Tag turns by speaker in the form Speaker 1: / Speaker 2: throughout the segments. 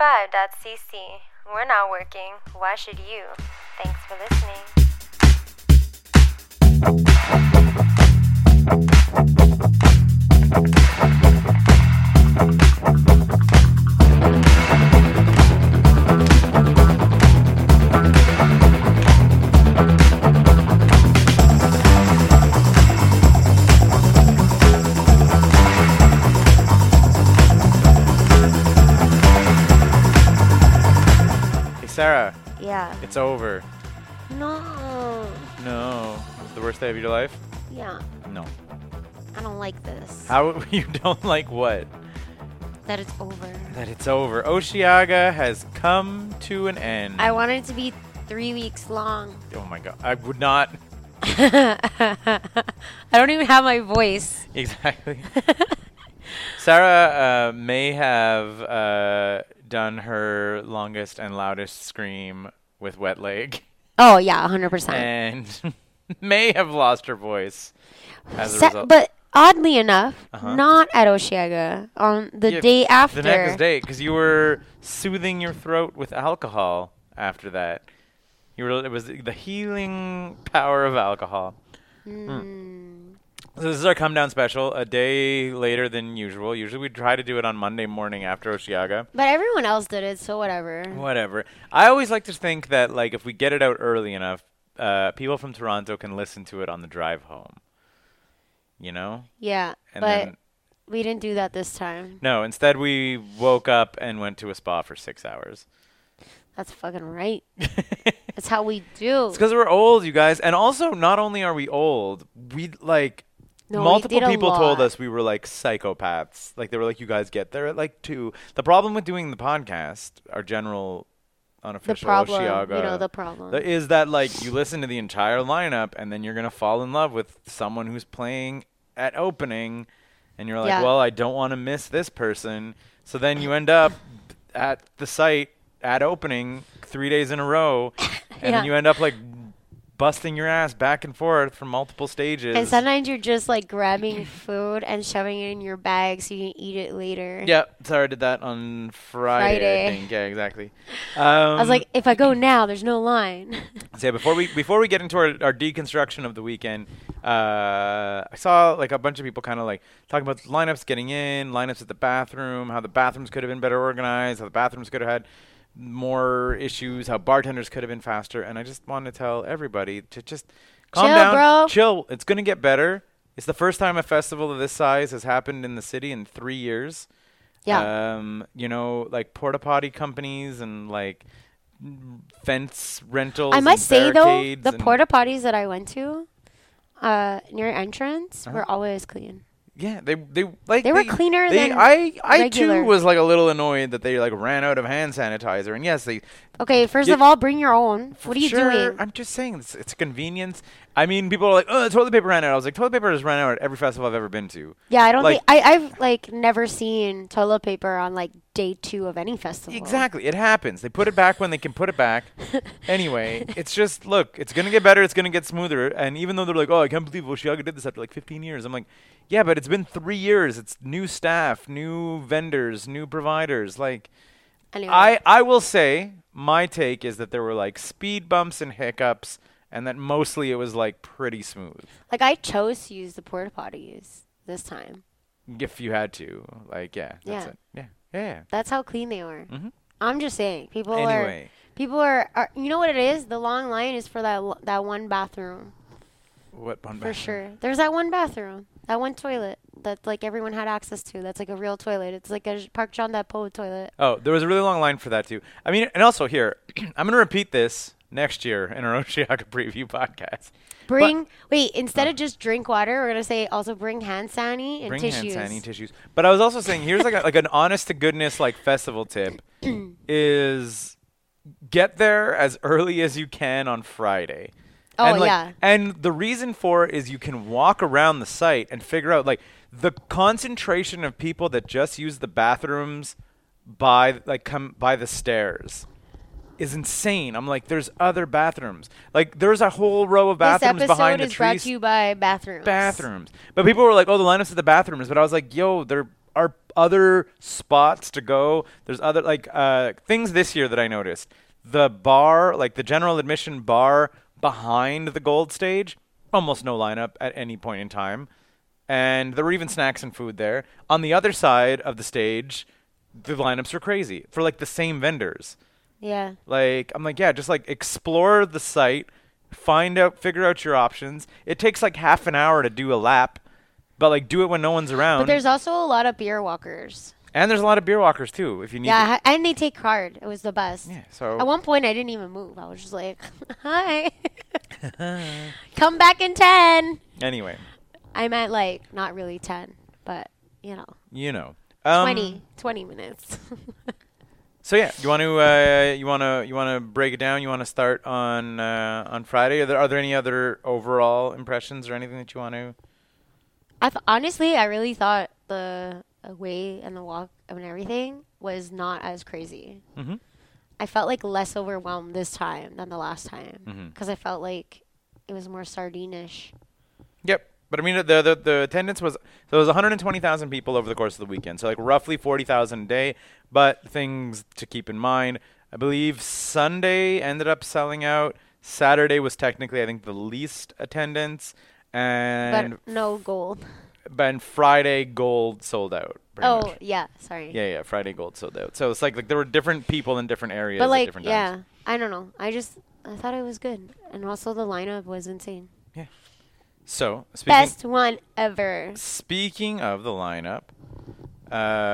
Speaker 1: 9to5.cc. We're not working. Why should you? Thanks for listening.
Speaker 2: Hey, Sarah,
Speaker 3: Yeah.
Speaker 2: it's over.
Speaker 3: No.
Speaker 2: No. It's the worst day of your life?
Speaker 3: Yeah.
Speaker 2: No.
Speaker 3: I don't like this.
Speaker 2: How you don't like what?
Speaker 3: That it's over.
Speaker 2: That it's over. Oshiaga has come to an end.
Speaker 3: I want it to be three weeks long.
Speaker 2: oh my god. I would not
Speaker 3: I don't even have my voice.
Speaker 2: exactly. Sarah uh, may have uh, done her longest and loudest scream with wet leg,
Speaker 3: oh yeah, hundred percent.
Speaker 2: and may have lost her voice as a result.
Speaker 3: But oddly enough,
Speaker 2: Uh-huh.
Speaker 3: not at Oshiaga. On the
Speaker 2: Yeah,
Speaker 3: day after.
Speaker 2: The next day, because you were soothing your throat with alcohol after that. You were, it was the healing power of alcohol. Hmm.
Speaker 3: Mm.
Speaker 2: So this is our come down special, a day later than usual. Usually we try to do it on Monday morning after Oshiaga.
Speaker 3: But everyone else did it, so whatever.
Speaker 2: Whatever. I always like to think that like if we get it out early enough, uh, people from Toronto can listen to it on the drive home. You know?
Speaker 3: Yeah.
Speaker 2: And
Speaker 3: but
Speaker 2: then
Speaker 3: we didn't do that this time.
Speaker 2: no, instead we woke up and went to a spa for six hours.
Speaker 3: That's fucking right. That's how we do.
Speaker 2: It's because we're old, you guys. And also, not only are we old, we like
Speaker 3: No, we
Speaker 2: multiple
Speaker 3: did a
Speaker 2: people told
Speaker 3: lot.
Speaker 2: us we were like psychopaths. Like they were like, "You guys get there at like two. The problem with doing the podcast, our general
Speaker 3: the
Speaker 2: unofficial
Speaker 3: problem,
Speaker 2: Oshiaga,
Speaker 3: you know, the problem.
Speaker 2: th- is that like you listen to the entire lineup and then you're gonna fall in love with someone who's playing at opening, and you're like,
Speaker 3: Yeah.
Speaker 2: "Well, I don't want to miss this person." So then you end up at the site at opening three days in a row, and then
Speaker 3: Yeah.
Speaker 2: you end up like busting your ass back and forth from multiple stages.
Speaker 3: And sometimes you're just like grabbing food and shoving it in your bag so you can eat it later.
Speaker 2: yeah, sorry, I did that on Friday. I
Speaker 3: Friday.
Speaker 2: think. Yeah, exactly.
Speaker 3: I was like, if I go now, there's no line.
Speaker 2: So yeah, um, before we before we get into our, our deconstruction of the weekend, uh, I saw like a bunch of people kind of like talking about lineups getting in, lineups at the bathroom, how the bathrooms could have been better organized, how the bathrooms could have had more issues, how bartenders could have been faster, and I just want to tell everybody to just calm
Speaker 3: Chill,
Speaker 2: down,
Speaker 3: bro.
Speaker 2: chill. It's gonna get better. It's the first time a festival of this size has happened in the city in three years.
Speaker 3: yeah.
Speaker 2: Um, you know, like porta potty companies and like m- fence rentals.
Speaker 3: I
Speaker 2: and
Speaker 3: must say though,
Speaker 2: barricades
Speaker 3: the
Speaker 2: and-
Speaker 3: porta potties that I went to uh, near entrance were
Speaker 2: Uh-huh.
Speaker 3: always clean.
Speaker 2: Yeah, they they like
Speaker 3: They were cleaner
Speaker 2: they-
Speaker 3: than
Speaker 2: I. I too
Speaker 3: regular.
Speaker 2: was like a little annoyed that they like ran out of hand sanitizer. And yes, they.
Speaker 3: Okay, first
Speaker 2: Yeah.
Speaker 3: of all, bring your own. What are you
Speaker 2: sure,
Speaker 3: doing?
Speaker 2: I'm just saying it's, it's convenience. I mean, people are like, oh, toilet paper ran out. I was like, toilet paper has run out at every festival I've ever been to.
Speaker 3: yeah, I don't
Speaker 2: like-
Speaker 3: think I, I've like never seen toilet paper on like day two of any festival.
Speaker 2: Exactly. It happens. They put it back when they can put it back. anyway, it's just look, it's gonna get better, it's gonna get smoother. And even though they're like, Oh, I can't believe Oshiaga did this after like fifteen years, I'm like, Yeah, but it's been three years. It's new staff, new vendors, new providers. Like
Speaker 3: Anyway,
Speaker 2: I, I will say my take is that there were like speed bumps and hiccups and that mostly it was like pretty smooth.
Speaker 3: like I chose to use the porta potties this time.
Speaker 2: If you had to. Like, yeah, that's
Speaker 3: Yeah.
Speaker 2: it. Yeah. Yeah.
Speaker 3: That's how clean they were.
Speaker 2: Mhm.
Speaker 3: I'm just saying, people are
Speaker 2: Anyway.
Speaker 3: people are, are. You know what it is? The long line is for that l- that one bathroom
Speaker 2: What one
Speaker 3: for sure. There's that one bathroom, that one toilet that like everyone had access to. That's like a real toilet. It's like a J- Park John Depo toilet.
Speaker 2: Oh, there was a really long line for that too. I mean, and also here, I'm going to repeat this next year in our Oshiaka preview podcast.
Speaker 3: Bring wait instead of just drink water, we're gonna say also bring hand sani and
Speaker 2: Oh. Bring
Speaker 3: tissues.
Speaker 2: hand sanitizer tissues. But I was also saying, here's like a, like an honest to goodness like festival tip is get there as early as you can on Friday.
Speaker 3: Oh,
Speaker 2: and like,
Speaker 3: yeah.
Speaker 2: And the reason for it is you can walk around the site and figure out like the concentration of people that just use the bathrooms by like come by the stairs is insane. I'm like, there's other bathrooms. Like there's a whole row of
Speaker 3: this
Speaker 2: bathrooms
Speaker 3: episode
Speaker 2: behind the
Speaker 3: is
Speaker 2: tree
Speaker 3: brought to you by bathrooms.
Speaker 2: bathrooms. But people were like, "Oh, the lineups at the bathrooms," but I was like, "Yo, there are other spots to go. There's other like uh, things this year that I noticed. The bar, like the general admission bar behind the gold stage, almost no lineup at any point in time, and there were even snacks and food there. On the other side of the stage, the lineups were crazy for like the same vendors.
Speaker 3: Yeah.
Speaker 2: Like I'm like, yeah, just like explore the site, find out, figure out your options. It takes like half an hour to do a lap, but like do it when no one's around.
Speaker 3: But there's also a lot of beer walkers.
Speaker 2: and there's a lot of beer walkers too. If you need,
Speaker 3: Yeah, I- and they take card. It was the best.
Speaker 2: Yeah, so-
Speaker 3: at one point I didn't even move. I was just like, "Hi, come back in 10.
Speaker 2: to. Anyway,
Speaker 3: I meant like not really ten, but you know,
Speaker 2: you know. Um,
Speaker 3: 20, 20 minutes.
Speaker 2: So yeah, you want to uh, you want to you want to break it down. You want to start on uh, on Friday. Are there are there any other overall impressions or anything that you want to?
Speaker 3: I th- honestly, I really thought the uh, way and the walk and everything was not as crazy.
Speaker 2: Mhm.
Speaker 3: I felt like less overwhelmed this time than the last time
Speaker 2: Mm-hmm.
Speaker 3: because I felt like it was more sardinish.
Speaker 2: Yep. But I mean, the the, the attendance was so it was 120,000 people over the course of the weekend. So like roughly 40,000 a day. But things to keep in mind, I believe Sunday ended up selling out. Saturday was technically, I think, the least attendance, and
Speaker 3: but no gold.
Speaker 2: but Friday gold sold out. pretty
Speaker 3: Oh
Speaker 2: much.
Speaker 3: yeah, sorry.
Speaker 2: yeah, yeah, Friday gold sold out. So it's like like there were different people in different areas.
Speaker 3: but
Speaker 2: at
Speaker 3: like,
Speaker 2: different
Speaker 3: yeah,
Speaker 2: times.
Speaker 3: I don't know. I just I thought it was good, and also the lineup was insane.
Speaker 2: So speaking
Speaker 3: Best one ever.
Speaker 2: speaking of the lineup,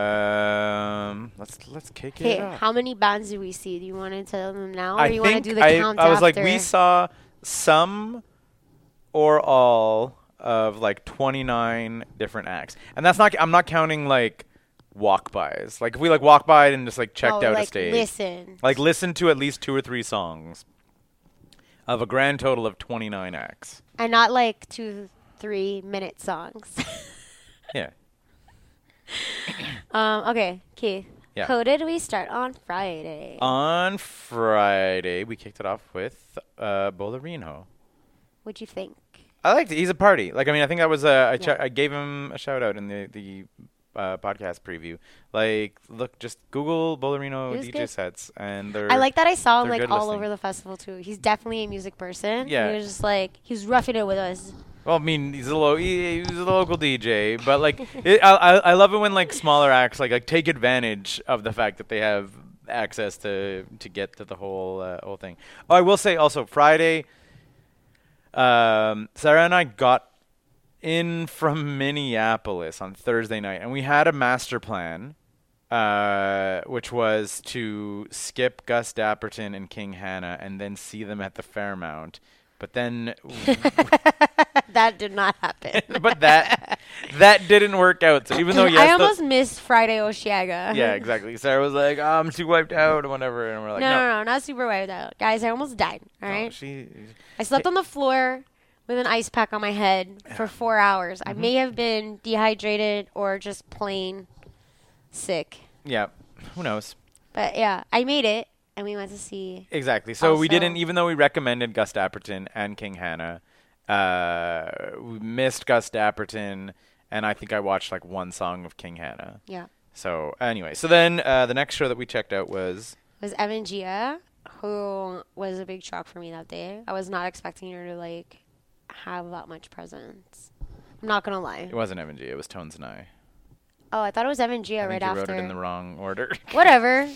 Speaker 2: um, let's let's kick
Speaker 3: Okay,
Speaker 2: it off.
Speaker 3: how many bands do we see? Do you want to tell them now, or
Speaker 2: I
Speaker 3: do you want to
Speaker 2: think
Speaker 3: do the
Speaker 2: I,
Speaker 3: count
Speaker 2: I was like,
Speaker 3: after?
Speaker 2: we saw some or all of like 29 different acts, and that's not. I'm not counting like walk bys. Like if we like walk by and just like checked
Speaker 3: Oh,
Speaker 2: out
Speaker 3: like,
Speaker 2: a stage,
Speaker 3: Listen,
Speaker 2: like listen to at least two or three songs of a grand total of 29 acts.
Speaker 3: and not like two, three minute songs.
Speaker 2: Yeah.
Speaker 3: um, okay, Keith.
Speaker 2: Yeah. Um,
Speaker 3: How did we start on Friday?
Speaker 2: On Friday, we kicked it off with uh, Bolorino.
Speaker 3: What'd you think?
Speaker 2: I liked it. He's a party. Like I mean, I think that was uh, I che-
Speaker 3: Yeah.
Speaker 2: I gave him a shout out in the the uh, podcast preview. Like, look, just Google Bolorino
Speaker 3: It was
Speaker 2: DJ
Speaker 3: good.
Speaker 2: sets, and they're
Speaker 3: I like that I saw him
Speaker 2: they're
Speaker 3: like
Speaker 2: good
Speaker 3: all
Speaker 2: listening.
Speaker 3: over the festival too. He's definitely a music person.
Speaker 2: Yeah.
Speaker 3: He was just like he was roughing it with us.
Speaker 2: Well, I mean, he's a lo- he, he's a local DJ, but like, it, I, I I love it when like smaller acts like like take advantage of the fact that they have access to to get to the whole uh, whole thing. Oh, I will say also Friday, um, Sarah and I got in from Minneapolis on Thursday night, and we had a master plan, uh, which was to skip Gus Dapperton and King Hannah, and then see them at the Fairmount. But then
Speaker 3: that did not happen.
Speaker 2: but that that didn't work out. So even though yes,
Speaker 3: I
Speaker 2: the-
Speaker 3: almost missed Friday Oshiaga.
Speaker 2: yeah, exactly. Sarah was like, "I'm too wiped out" or whatever, and we're like,
Speaker 3: no,
Speaker 2: "No,
Speaker 3: no, no, not super wiped out, guys. I almost died. All
Speaker 2: no,
Speaker 3: right.
Speaker 2: she
Speaker 3: I slept on the floor with an ice pack on my head for four hours.
Speaker 2: Mm-hmm.
Speaker 3: I may have been dehydrated or just plain sick.
Speaker 2: yeah, who knows."
Speaker 3: But yeah, I made it and we went to see.
Speaker 2: Exactly. So we
Speaker 3: Also-
Speaker 2: didn't, even though we recommended Gus Dapperton and King Hannah, uh, we missed Gus Dapperton, and I think I watched like one song of King Hannah.
Speaker 3: Yeah.
Speaker 2: So anyway, so then uh, the next show that we checked out was
Speaker 3: It was Evan Gia, who was a big shock for me that day. I was not expecting her to like have that much presence. I'm not gonna lie.
Speaker 2: it wasn't M and G, it was Tones and I.
Speaker 3: Oh, I thought it was Evan Gia
Speaker 2: I
Speaker 3: right
Speaker 2: think you
Speaker 3: after.
Speaker 2: wrote it in the wrong order.
Speaker 3: Whatever.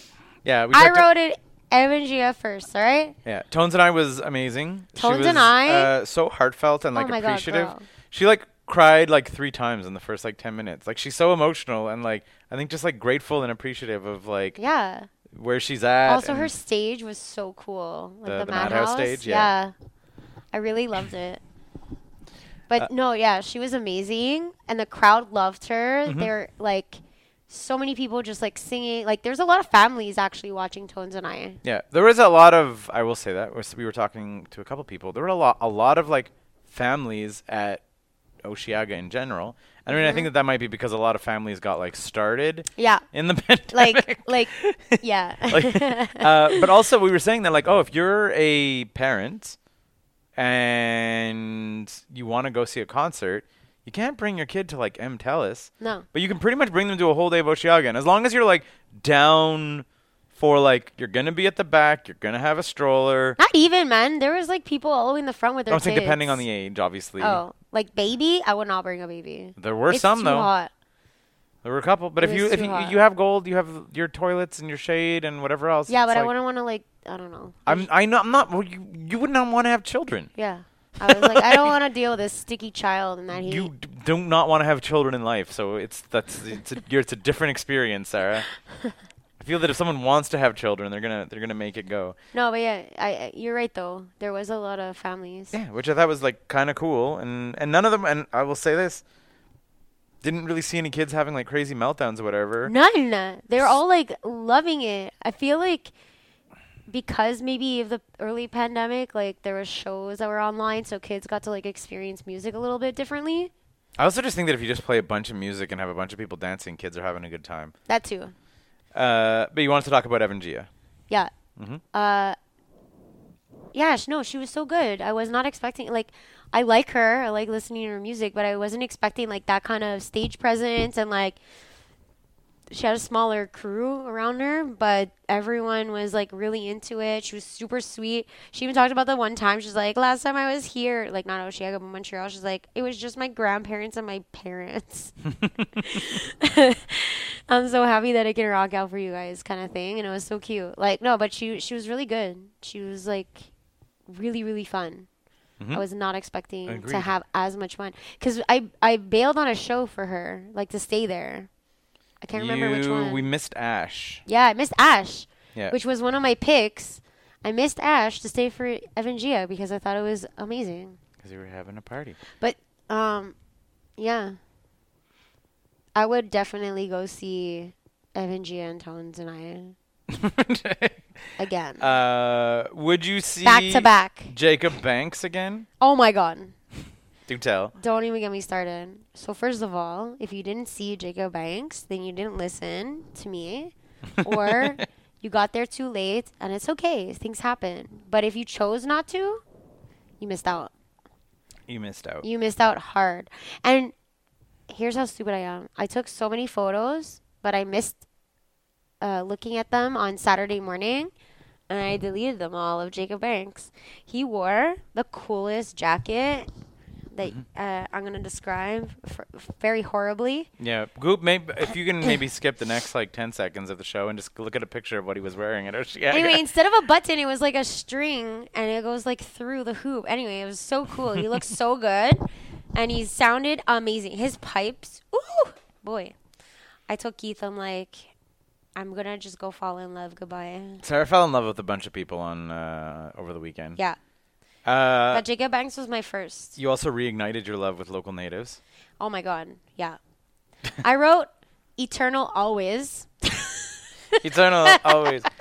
Speaker 2: yeah, we
Speaker 3: I
Speaker 2: checked out-
Speaker 3: wrote it Evan Gia first, all right?
Speaker 2: Yeah, Tones and I was amazing. She
Speaker 3: Tones
Speaker 2: was,
Speaker 3: and I?
Speaker 2: uh, so heartfelt and
Speaker 3: Oh
Speaker 2: like
Speaker 3: my God,
Speaker 2: appreciative.
Speaker 3: girl.
Speaker 2: she like cried like three times in the first like ten minutes. Like she's so emotional and like I think just like grateful and appreciative of like
Speaker 3: Yeah.
Speaker 2: where she's at.
Speaker 3: Also,
Speaker 2: and
Speaker 3: her stage was so cool, like
Speaker 2: The-
Speaker 3: the,
Speaker 2: the Madhouse
Speaker 3: Madhouse,
Speaker 2: stage, yeah.
Speaker 3: I really loved it. But
Speaker 2: Uh,
Speaker 3: no, yeah, she was amazing, and the crowd loved her.
Speaker 2: Mhm.
Speaker 3: There, like, so many people just like singing. Like, there's a lot of families actually watching Tones and I.
Speaker 2: Yeah, there was a lot of. I will say that was, we were talking to a couple people. There were a lot, a lot of like families at Oshiaga in general. And I mean, I
Speaker 3: Mm-hmm.
Speaker 2: think that that might be because a lot of families got like started
Speaker 3: Yeah,
Speaker 2: in the pandemic.
Speaker 3: like, like, yeah.
Speaker 2: like, uh, but also we were saying that like, oh, if you're a parent and you want to go see a concert, You can't bring your kid to like M. Tellis,
Speaker 3: No.
Speaker 2: but you can pretty much bring them to a whole day of Oceaga. as long as you're like down for like you're gonna be at the back, you're gonna have a stroller.
Speaker 3: Not even men. There was like people all the way in the front with
Speaker 2: I
Speaker 3: their
Speaker 2: am saying
Speaker 3: kids.
Speaker 2: depending on the age, obviously.
Speaker 3: Oh, like baby? I would not bring a baby.
Speaker 2: There were
Speaker 3: It's
Speaker 2: some
Speaker 3: too
Speaker 2: though.
Speaker 3: hot.
Speaker 2: There were a couple, but
Speaker 3: It
Speaker 2: if
Speaker 3: was
Speaker 2: you if
Speaker 3: too
Speaker 2: you,
Speaker 3: hot.
Speaker 2: you have gold, you have your toilets and your shade and whatever else.
Speaker 3: Yeah,
Speaker 2: it's
Speaker 3: but I
Speaker 2: like-
Speaker 3: wouldn't want to like. I don't know.
Speaker 2: I'm I know I'm not. Well, you you would not want to have children.
Speaker 3: Yeah. I was like, I don't want to deal with this sticky child and that heat.
Speaker 2: You d- do not want to have children in life, so it's that's it's a, you're, it's a different experience, Sarah. I feel that if someone wants to have children, they're gonna they're gonna make it go.
Speaker 3: No, but yeah, I, I you're right though. There was a lot of families.
Speaker 2: Yeah, which I thought was like kind of cool, and and none of them. And I will say this, didn't really see any kids having like crazy meltdowns or whatever.
Speaker 3: None. They're all like loving it. I feel like because maybe of the early pandemic, like there were shows that were online, so kids got to like experience music a little bit differently.
Speaker 2: I also just think that if you just play a bunch of music and have a bunch of people dancing, kids are having a good time.
Speaker 3: That too.
Speaker 2: Uh, but you wanted to talk about Evan Gia.
Speaker 3: Yeah.
Speaker 2: Mhm.
Speaker 3: Uh, yeah, sh- no, she was so good. I was not expecting like I like her. I like listening to her music, but I wasn't expecting like that kind of stage presence and like she had a smaller crew around her, but everyone was like really into it. She was super sweet. She even talked about the one time she's like, last time I was here, like not Oceaga but Montreal, she's like, it was just my grandparents and my parents. I'm so happy that I can rock out for you guys, kind of thing. And it was so cute. Like no, but she she was really good. She was like really really fun. I was not expecting
Speaker 2: Agreed.
Speaker 3: to have as much fun because I I bailed on a show for her, like to stay there. I can't remember which
Speaker 2: You-
Speaker 3: one.
Speaker 2: We missed Ash.
Speaker 3: Yeah, I missed Ash,
Speaker 2: Yeah.
Speaker 3: which was one of my picks. I missed Ash to stay for Evan Gia because I thought it was amazing.
Speaker 2: Because we were having a party.
Speaker 3: But um, yeah, I would definitely go see Evan Gia and Tones and I again,
Speaker 2: uh, would you see
Speaker 3: back to back.
Speaker 2: Jacob Banks again?
Speaker 3: Oh my god.
Speaker 2: Do tell.
Speaker 3: Don't even get me started. So first of all, if you didn't see Jacob Banks, then you didn't listen to me, or you got there too late, and it's okay. Things happen. But if you chose not to, you missed out.
Speaker 2: You missed out.
Speaker 3: You missed out hard. And here's how stupid I am. I took so many photos, but I missed uh, looking at them on Saturday morning, and I deleted them all of Jacob Banks. He wore the coolest jacket that uh, I'm gonna describe for, very horribly.
Speaker 2: yeah. Goop, maybe if you can maybe skip the next like 10 seconds of the show and just look at a picture of what he was wearing at Oceaga.
Speaker 3: Anyway, instead of a button, it was like a string, and it goes like through the hoop. Anyway, it was so cool. He looked so good, and he sounded amazing. His pipes, ooh, boy. I told Keith, I'm like, I'm gonna just go fall in love. Goodbye.
Speaker 2: Sarah fell in love with a bunch of people on uh, over the weekend.
Speaker 3: Yeah,
Speaker 2: Uh,
Speaker 3: but Jacob Banks was my first.
Speaker 2: you also reignited your love with local natives.
Speaker 3: Oh my god, yeah. I wrote "Eternal Always."
Speaker 2: Eternal always.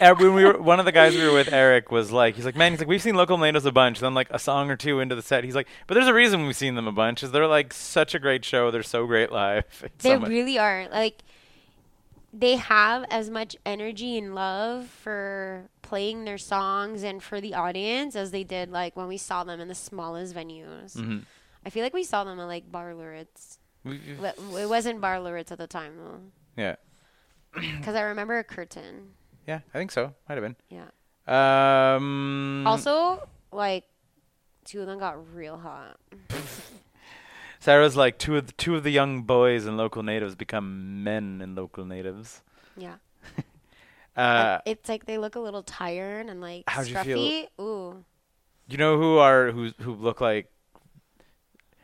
Speaker 2: Uh, when we were one of the guys we were with, Eric was like, he's like, man, he's like, we've seen local natives a bunch. Then like a song or two into the set, he's like, but there's a reason we've seen them a bunch. Is they're like such a great show. They're so great live. It's so
Speaker 3: They
Speaker 2: much-
Speaker 3: really are. Like they have as much energy and love for playing their songs and for the audience as they did like when we saw them in the smallest venues.
Speaker 2: Mhm.
Speaker 3: I feel like we saw them at like Bar Luritz.
Speaker 2: We- we-
Speaker 3: But It wasn't Bar Luritz at the time though,
Speaker 2: yeah,
Speaker 3: because I remember a curtain.
Speaker 2: yeah, I think so. Might have been.
Speaker 3: Yeah.
Speaker 2: Um,
Speaker 3: Also, like two of them got real hot.
Speaker 2: Sarah's like two of the, two of the young boys in local natives become men in local natives.
Speaker 3: Yeah.
Speaker 2: Uh,
Speaker 3: it's like they look a little tired and like
Speaker 2: How'd you feel-
Speaker 3: scruffy. Ooh.
Speaker 2: You know who are who who look like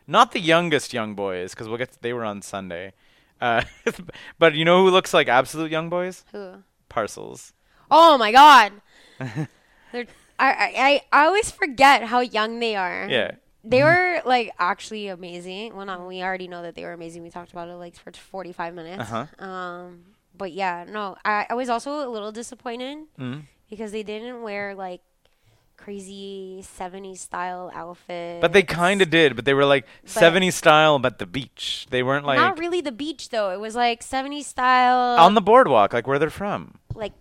Speaker 2: not the youngest young boys because we'll get they were on Sunday, uh, but you know who looks like absolute young boys?
Speaker 3: Who?
Speaker 2: Parcels.
Speaker 3: Oh my god. They're I, I I always forget how young they are.
Speaker 2: Yeah, Mm-hmm.
Speaker 3: They were like actually amazing. Well, not we already know that they were amazing. We talked about it like for 45 minutes.
Speaker 2: Uh-huh.
Speaker 3: Um but yeah, no. I, I was also a little disappointed
Speaker 2: Mhm.
Speaker 3: because they didn't wear like crazy 70s style outfits.
Speaker 2: but they kind of did. But they were like '70s style, but the beach. They weren't like Um
Speaker 3: not really the beach though. It was like 70s style
Speaker 2: on the boardwalk, like where they're from.
Speaker 3: like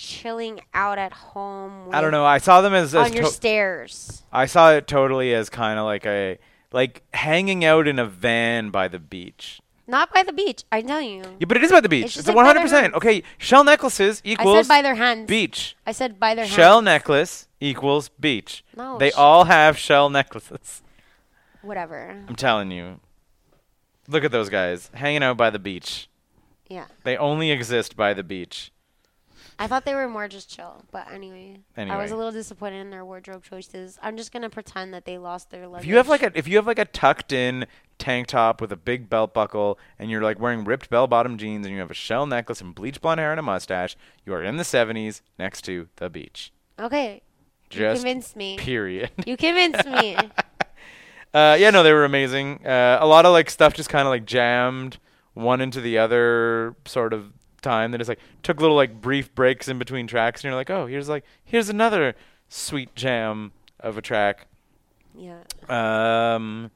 Speaker 3: chilling out at home
Speaker 2: I don't
Speaker 3: with-
Speaker 2: know. I saw them as, as
Speaker 3: on your
Speaker 2: to-
Speaker 3: stairs.
Speaker 2: I saw it totally as kind of like a like hanging out in a van by the beach.
Speaker 3: Not by the beach. I'm telling you.
Speaker 2: Yeah, but it is by the beach.
Speaker 3: It's
Speaker 2: It's
Speaker 3: just
Speaker 2: a
Speaker 3: like by their
Speaker 2: 100%.
Speaker 3: hands.
Speaker 2: Okay, shell necklaces
Speaker 3: I
Speaker 2: equals
Speaker 3: said by their hands.
Speaker 2: beach.
Speaker 3: I said by their
Speaker 2: Shell
Speaker 3: hands.
Speaker 2: necklace equals beach.
Speaker 3: No,
Speaker 2: they
Speaker 3: sh-
Speaker 2: all have shell necklaces.
Speaker 3: Whatever.
Speaker 2: I'm telling you. Look at those guys hanging out by the beach.
Speaker 3: Yeah.
Speaker 2: They only exist by the beach.
Speaker 3: I thought they were more just chill. But anyway, I
Speaker 2: Anyway.
Speaker 3: was a little disappointed in their wardrobe choices. I'm just gonna pretend that they lost their luggage.
Speaker 2: If you have like a if you have like a tucked in tank top with a big belt buckle and you're like wearing ripped bell bottom jeans and you have a shell necklace and bleach blonde hair and a mustache, you are in the 70s next to the beach.
Speaker 3: okay, you
Speaker 2: Just
Speaker 3: convinced me.
Speaker 2: period.
Speaker 3: You convinced me.
Speaker 2: Uh, yeah, no, they were amazing. Uh, a lot of like stuff just kind of like jammed one into the other sort of time. That just like took little like brief breaks in between tracks, and you're like, oh, here's like here's another sweet jam of a track.
Speaker 3: Yeah.
Speaker 2: Um,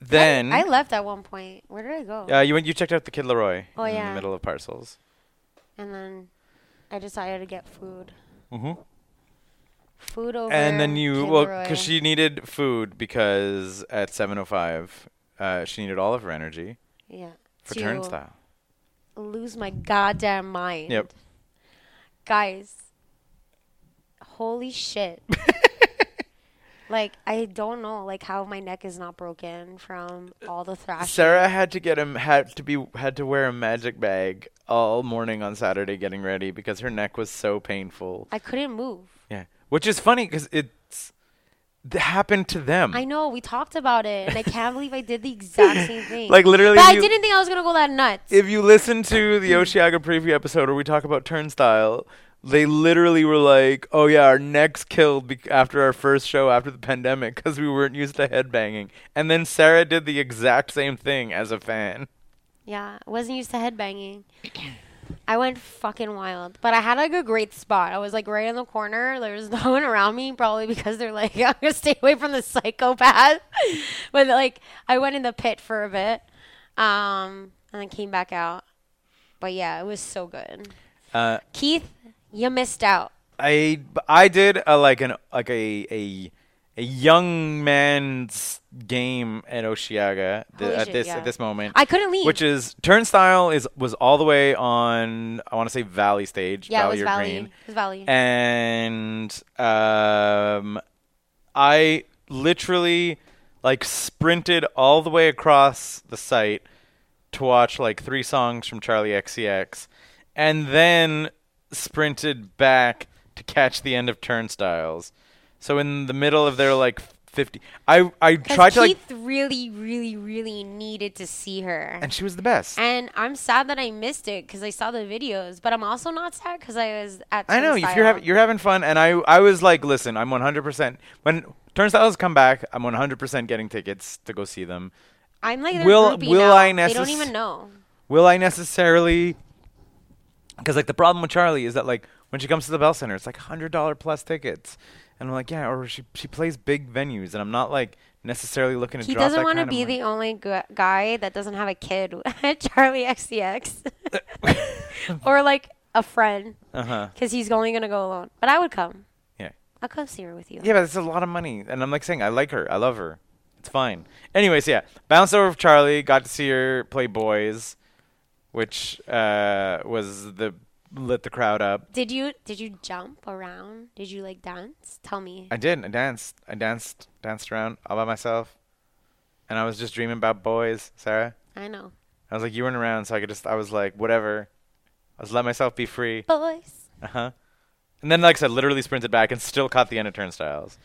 Speaker 2: then
Speaker 3: I, I left at one point. Where did I go?
Speaker 2: uh, you went you checked out the Kid Leroy
Speaker 3: Oh,
Speaker 2: in the
Speaker 3: yeah.
Speaker 2: middle of Parcels.
Speaker 3: And then I decided to get food.
Speaker 2: Mm-hmm.
Speaker 3: Food over.
Speaker 2: And then you
Speaker 3: Kid
Speaker 2: well
Speaker 3: Leroy.
Speaker 2: because she needed food because at 7:05 uh, she needed all of her energy
Speaker 3: yeah
Speaker 2: for
Speaker 3: to
Speaker 2: Turnstile.
Speaker 3: Lose my goddamn mind.
Speaker 2: Yep.
Speaker 3: Guys, holy shit. like I don't know like how my neck is not broken from all the thrashing.
Speaker 2: Sarah had to get him had to be had to wear a magic bag all morning on Saturday getting ready because her neck was so painful.
Speaker 3: I couldn't move.
Speaker 2: Yeah, which is funny because it's th- happened to them.
Speaker 3: I know we talked about it, and I can't believe I did the exact same thing.
Speaker 2: Like, literally,
Speaker 3: but I
Speaker 2: you-
Speaker 3: didn't think I was gonna go that nuts.
Speaker 2: if you listen to the Oshiaga preview episode where we talk about Turnstile, they literally were like, "Oh yeah, our necks killed bec- after our first show after the pandemic because we weren't used to headbanging." And then Sarah did the exact same thing as a fan.
Speaker 3: Yeah, wasn't used to headbanging. I went fucking wild, but I had like a great spot. I was like right in the corner. There was no one around me, probably because they're like, I'm gonna stay away from the psychopath. but like, I went in the pit for a bit, um, and then came back out. But yeah, it was so good.
Speaker 2: Uh,
Speaker 3: Keith, you missed out.
Speaker 2: I I did a, like an like a a a young man's game at Oshiaga th-
Speaker 3: Holy
Speaker 2: at
Speaker 3: shit,
Speaker 2: this
Speaker 3: yeah.
Speaker 2: at this moment.
Speaker 3: I couldn't leave.
Speaker 2: which is Turnstile is was all the way on I want to say Valley stage,
Speaker 3: yeah, it
Speaker 2: Valley
Speaker 3: was
Speaker 2: or
Speaker 3: Valley.
Speaker 2: Green.
Speaker 3: It was Valley.
Speaker 2: And um, I literally like sprinted all the way across the site to watch like three songs from Charlie XCX, and then sprinted back to catch the end of Turnstiles. So in the middle of their like fifty, I I tried
Speaker 3: Because
Speaker 2: to like,
Speaker 3: Keith really, really, really needed to see her.
Speaker 2: and she was the best.
Speaker 3: And I'm sad that I missed it because I saw the videos, but I'm also not sad because I was at.
Speaker 2: I know if
Speaker 3: Turnstile.
Speaker 2: you're having you're having fun, and I I was like, listen, I'm 100 percent when Turnstiles come back, I'm 100 percent getting tickets to go see them.
Speaker 3: I'm like, their
Speaker 2: Will-
Speaker 3: groupie
Speaker 2: will
Speaker 3: now.
Speaker 2: I
Speaker 3: They
Speaker 2: necess-
Speaker 3: don't even know.
Speaker 2: Will I necessarily? Because like the problem with Charlie is that like when she comes to the Bell Center, it's like hundred dollar plus tickets, and I'm like, yeah, or she she plays big venues, and I'm not like necessarily looking to.
Speaker 3: He
Speaker 2: drop
Speaker 3: doesn't
Speaker 2: want to
Speaker 3: be the only gu- guy that doesn't have a kid at Charlie XCX or like a friend
Speaker 2: Uh huh.
Speaker 3: because he's only gonna go alone. But I would come.
Speaker 2: Yeah.
Speaker 3: I'll come see her with you.
Speaker 2: Yeah, but it's a lot of money, and I'm like saying I like her, I love her, it's fine. Anyways, yeah, bounced over with Charlie, got to see her play boys, which uh, was the lit the crowd up.
Speaker 3: Did you did you jump around? Did you like dance? Tell me.
Speaker 2: I did, I danced, I danced, danced around all by myself, and I was just dreaming about boys, Sarah.
Speaker 3: I know.
Speaker 2: I was like, you weren't around, so I could just, I was like, whatever. I was let myself be free.
Speaker 3: Boys.
Speaker 2: Uh huh. And then, like I said, literally sprinted back and still caught the end of turnstiles.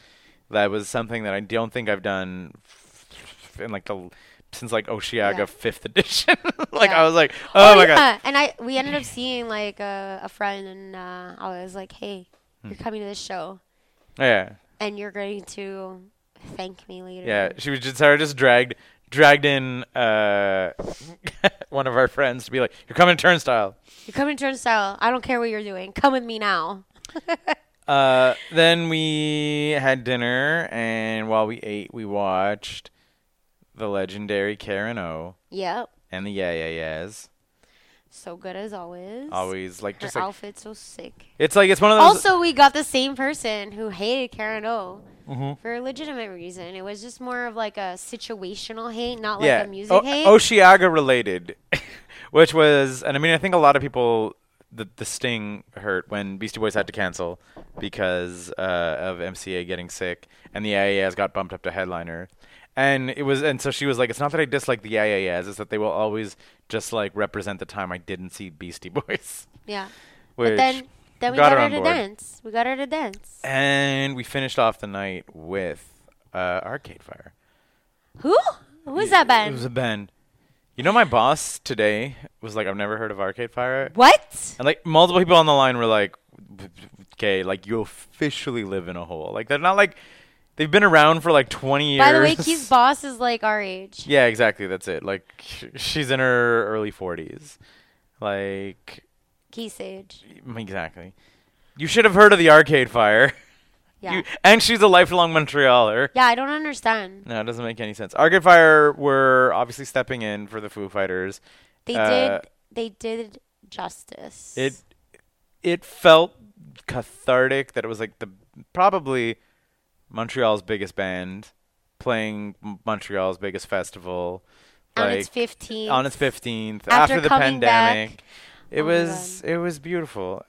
Speaker 2: That was something that I don't think I've done f- in like the since like Oshiaga
Speaker 3: Yeah.
Speaker 2: fifth edition. like
Speaker 3: Yeah.
Speaker 2: I was like, oh, my god.
Speaker 3: yeah. And I we ended up seeing like a, a friend, and uh, I was like, "Hey, you're
Speaker 2: Hmm.
Speaker 3: coming to this show,
Speaker 2: Yeah,
Speaker 3: and you're going to thank me later."
Speaker 2: yeah. She was just Sarah just dragged dragged in uh, one of our friends to be like, you're coming to turnstile.
Speaker 3: You're coming to Turnstile. I don't care what you're doing. Come with me now.
Speaker 2: Uh, then we had dinner, and while we ate, we watched the legendary Karen O
Speaker 3: Yep.
Speaker 2: and the Yeah Yeah Yeahs.
Speaker 3: So good as always.
Speaker 2: Always like
Speaker 3: Her
Speaker 2: just like,
Speaker 3: outfit's so sick.
Speaker 2: it's like it's one of those.
Speaker 3: Also, we got the same person who hated Karen O
Speaker 2: Mhm.
Speaker 3: for a legitimate reason. It was just more of like a situational hate, not like
Speaker 2: yeah, Oh,
Speaker 3: a music
Speaker 2: O-
Speaker 3: hate.
Speaker 2: Oshiaga related, which was, and I mean, I think a lot of people the the sting hurt when Beastie Boys had to cancel because uh, of MCA getting sick, and the IAS got bumped up to headliner, and it was, and so she was like, "It's not that I dislike the IAS, it's that they will always just like represent the time I didn't see Beastie Boys."
Speaker 3: yeah.
Speaker 2: Which
Speaker 3: But then, then we
Speaker 2: got
Speaker 3: got,
Speaker 2: her
Speaker 3: her,
Speaker 2: on
Speaker 3: to
Speaker 2: board.
Speaker 3: dance. We got her to dance.
Speaker 2: And we finished off the night with uh, Arcade Fire.
Speaker 3: Who? Who is that
Speaker 2: It was
Speaker 3: band?
Speaker 2: a band. You know, my boss today was like, I've never heard of Arcade Fire.
Speaker 3: What?
Speaker 2: And like multiple people on the line were like, okay, like you officially live in a hole. Like they're not like, they've been around for like 20 years.
Speaker 3: By the way, Keith's boss is like our age.
Speaker 2: Yeah, exactly. That's it. Like sh- she's in her early 40s. Like,
Speaker 3: Keith's age.
Speaker 2: exactly. You should have heard of the Arcade Fire.
Speaker 3: Yeah.
Speaker 2: You- and she's a lifelong Montrealer.
Speaker 3: yeah, I don't understand.
Speaker 2: No, it doesn't make any sense. Arcade Fire were obviously stepping in for the Foo Fighters.
Speaker 3: They
Speaker 2: Uh,
Speaker 3: did. They did justice.
Speaker 2: It it felt cathartic that it was like the probably Montreal's biggest band playing M- Montreal's biggest festival
Speaker 3: on
Speaker 2: like
Speaker 3: its 15th.
Speaker 2: on its 15th
Speaker 3: After
Speaker 2: after, the
Speaker 3: coming back.
Speaker 2: pandemic. It
Speaker 3: Oh my
Speaker 2: was it was beautiful.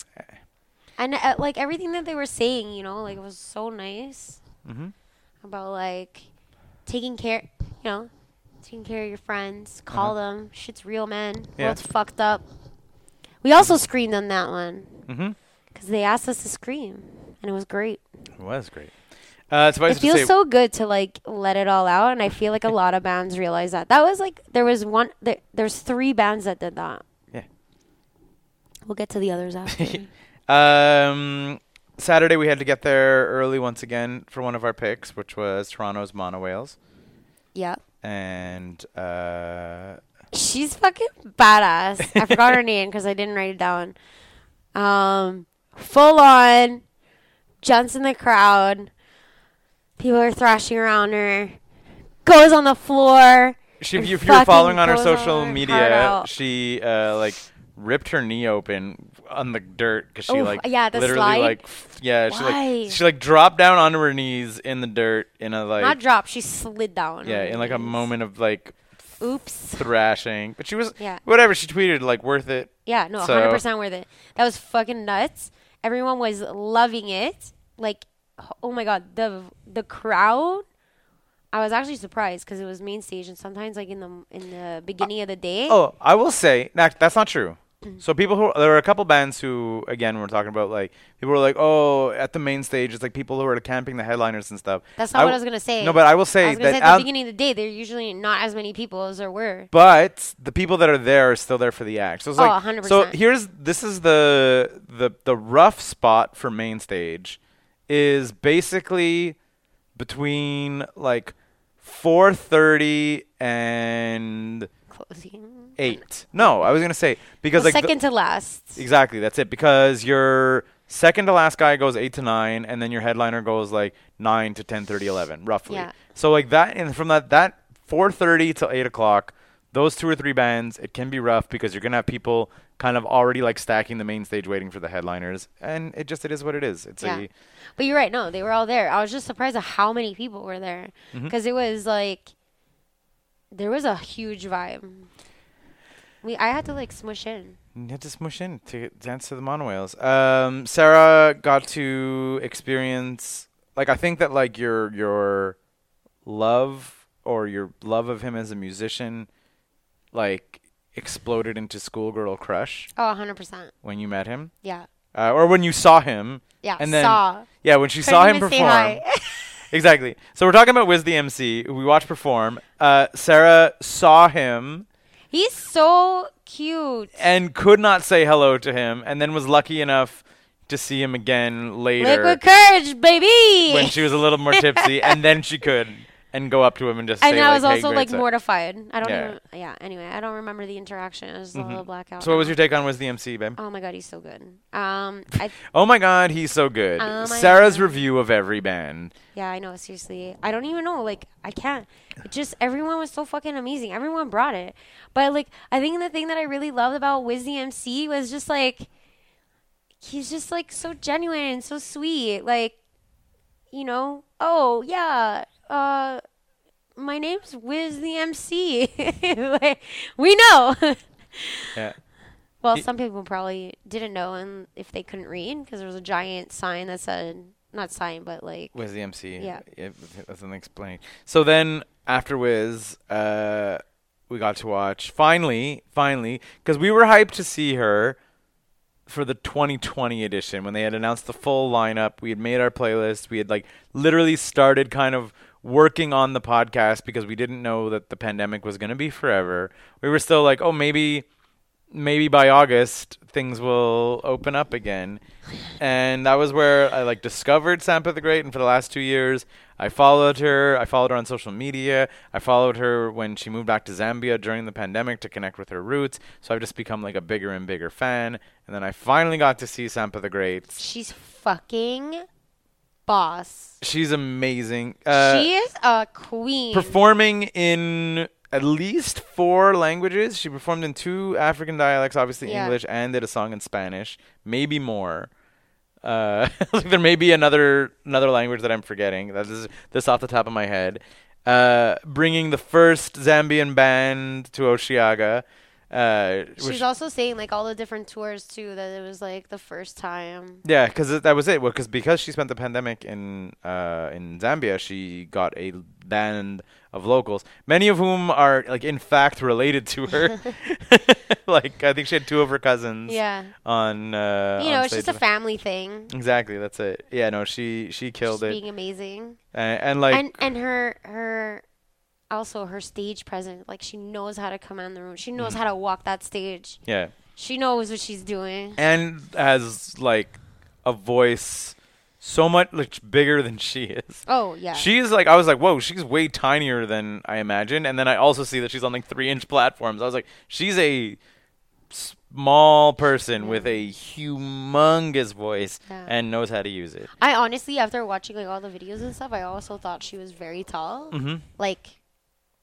Speaker 3: and uh, like everything that they were saying, you know, like it was so nice
Speaker 2: Mhm.
Speaker 3: about like taking care, you know, taking care of your friends, call them. Shit's real, man.
Speaker 2: Mm-hmm. Yeah.
Speaker 3: World's fucked up. We also screamed on that one
Speaker 2: Mhm.
Speaker 3: because they asked us to scream, and it was great.
Speaker 2: It was great. Uh, so I
Speaker 3: It
Speaker 2: was just
Speaker 3: feels
Speaker 2: say,
Speaker 3: so good to like let it all out, and I feel like a lot of bands realize that. That was like there was one, there, there's three bands that did that.
Speaker 2: Yeah.
Speaker 3: We'll get to the others after.
Speaker 2: um, Saturday we had to get there early once again for one of our picks, which was Toronto's Mono Whales,
Speaker 3: yeah.
Speaker 2: and uh,
Speaker 3: She's fucking badass. I forgot her name because I didn't write it down. Um, full on, jumps in the crowd. People are thrashing around her. Goes on the floor.
Speaker 2: she,
Speaker 3: and
Speaker 2: if you were following
Speaker 3: fucking
Speaker 2: on her
Speaker 3: goes on
Speaker 2: social
Speaker 3: her heart
Speaker 2: media,
Speaker 3: out.
Speaker 2: she uh, like ripped her knee open on the dirt because she
Speaker 3: Oof,
Speaker 2: like
Speaker 3: yeah, the
Speaker 2: literally
Speaker 3: slide?
Speaker 2: like f- yeah she
Speaker 3: Why?
Speaker 2: like she like dropped down onto her knees in the dirt in a like
Speaker 3: Not drop. She slid down.
Speaker 2: yeah in like a moment of like
Speaker 3: Oops.
Speaker 2: thrashing, but she was
Speaker 3: Yeah.
Speaker 2: whatever she tweeted like worth it.
Speaker 3: Yeah, no,
Speaker 2: So-
Speaker 3: hundred percent worth it. That was fucking nuts. Everyone was loving it. Like, h- oh my god, the the crowd. I was actually surprised because it was main stage, and sometimes like in the in the beginning of the day,
Speaker 2: Oh, I will say nah, that's not true.
Speaker 3: Mm.
Speaker 2: So people who there are a couple bands who again we're talking about like people were like oh at the main stage it's like people who are camping the headliners and stuff.
Speaker 3: That's not
Speaker 2: I
Speaker 3: what
Speaker 2: w-
Speaker 3: I was gonna say.
Speaker 2: No, but I will say
Speaker 3: I was gonna
Speaker 2: that
Speaker 3: say at
Speaker 2: out-
Speaker 3: the beginning of the day, there usually not as many people as there were.
Speaker 2: but the people that are there are still there for the act. So it's
Speaker 3: Oh,
Speaker 2: like
Speaker 3: 100%.
Speaker 2: so here's this is the the the rough spot for main stage is basically between like 4:30 and
Speaker 3: Closing.
Speaker 2: 8. No, I was going to say because
Speaker 3: Well,
Speaker 2: like the-
Speaker 3: second to last.
Speaker 2: Exactly. That's it. Because your second to last guy goes eight to nine, and then your headliner goes like nine to 10, 30, 11, roughly.
Speaker 3: Yeah.
Speaker 2: So like that, and from that that four thirty till eight o'clock, those two or three bands, it can be rough because you're gonna have people kind of already like stacking the main stage waiting for the headliners, and it just it is what it is. It's
Speaker 3: Yeah.
Speaker 2: a
Speaker 3: But you're right. No, they were all there. I was just surprised at how many people were there
Speaker 2: Mm-hmm.
Speaker 3: because it was like there was a huge vibe. We I had to like smush in.
Speaker 2: You had to smush in to dance to the monowhales. Um, Sarah got to experience like I think that like your your love or your love of him as a musician like exploded into schoolgirl crush
Speaker 3: Oh, 100 percent.
Speaker 2: when you met him
Speaker 3: Yeah.
Speaker 2: uh, or when you saw him.
Speaker 3: Yeah,
Speaker 2: and then
Speaker 3: saw.
Speaker 2: yeah when she
Speaker 3: Couldn't
Speaker 2: saw him
Speaker 3: even
Speaker 2: perform.
Speaker 3: say hi.
Speaker 2: exactly. So we're talking about Wiz the MC who we watched perform. Uh, Sarah saw him.
Speaker 3: He's so cute.
Speaker 2: and could not say hello to him, and then was lucky enough to see him again later
Speaker 3: Liquid courage, baby.
Speaker 2: when she was a little more tipsy, and then she could. and go up to him and just.
Speaker 3: And
Speaker 2: say,
Speaker 3: I was
Speaker 2: like, hey,
Speaker 3: also
Speaker 2: great
Speaker 3: like
Speaker 2: set.
Speaker 3: mortified. I don't
Speaker 2: Yeah. Mm-hmm.
Speaker 3: even. Yeah. Anyway, I don't remember the interaction. I was a little blackout.
Speaker 2: So what was
Speaker 3: now.
Speaker 2: your take on was the MC, babe?
Speaker 3: Oh my god, he's so good. Um, I
Speaker 2: Oh my God, he's so good.
Speaker 3: Oh my
Speaker 2: Sarah's
Speaker 3: God.
Speaker 2: review of every band.
Speaker 3: yeah, I know. Seriously, I don't even know. Like, I can't. It just everyone was so fucking amazing. Everyone brought it. But like, I think the thing that I really loved about Wiz the MC was just like, he's just like so genuine and so sweet. Like, you know, oh yeah, uh, my name's Wiz the MC. like, we know.
Speaker 2: Yeah.
Speaker 3: Well,
Speaker 2: Y-
Speaker 3: some people probably didn't know, and if they couldn't read, because there was a giant sign that said not sign, but like
Speaker 2: Wiz the MC.
Speaker 3: Yeah.
Speaker 2: It, it doesn't explain. So then after Wiz, uh, we got to watch finally, finally, because we were hyped to see her for the 2020 edition when they had announced the full lineup. We had made our playlist. We had like literally started kind of working on the podcast because we didn't know that the pandemic was going to be forever. We were still like, oh, maybe maybe by August things will open up again. And that was where I like discovered Sampa the Great and for the last 2 years I followed her. I followed her on social media. I followed her when she moved back to Zambia during the pandemic to connect with her roots. So I've just become like a bigger and bigger fan. And then I finally got to see Sampa the Great.
Speaker 3: she's fucking boss.
Speaker 2: She's amazing. Uh,
Speaker 3: she is a queen.
Speaker 2: performing in at least four languages. She performed in two African dialects, obviously
Speaker 3: Yeah.
Speaker 2: English, and did a song in Spanish, maybe more. Uh, like there may be another another language that I'm forgetting. That is this off the top of my head. Uh, bringing the first Zambian band to Oshiaga. Uh, which-
Speaker 3: she's also saying like all the different tours too. That it was like the first time.
Speaker 2: Yeah, because that was it. Well, 'cause- because she spent the pandemic in uh, in Zambia, she got a l- band of locals, many of whom are like in fact related to her. like I think she had two of her cousins.
Speaker 3: Yeah.
Speaker 2: On uh,
Speaker 3: You
Speaker 2: on
Speaker 3: know, it's
Speaker 2: stage
Speaker 3: just a
Speaker 2: with-
Speaker 3: family thing.
Speaker 2: exactly that's it. Yeah, no, she she
Speaker 3: She's
Speaker 2: killed it,
Speaker 3: being amazing,
Speaker 2: and, and like
Speaker 3: and and her her. Also, her stage presence, like she knows how to command the room. She
Speaker 2: Mm.
Speaker 3: knows how to walk that stage.
Speaker 2: yeah,
Speaker 3: She knows what she's doing.
Speaker 2: and has like a voice so much like, bigger than she is.
Speaker 3: Oh yeah.
Speaker 2: She's like, I was like, whoa, she's way tinier than I imagined. And then I also see that she's on like three inch platforms. I was like, she's a small person with a humongous voice
Speaker 3: Yeah.
Speaker 2: and knows how to use it.
Speaker 3: I honestly, after watching like all the videos and stuff, I also thought she was very tall.
Speaker 2: Mm-hmm.
Speaker 3: Like,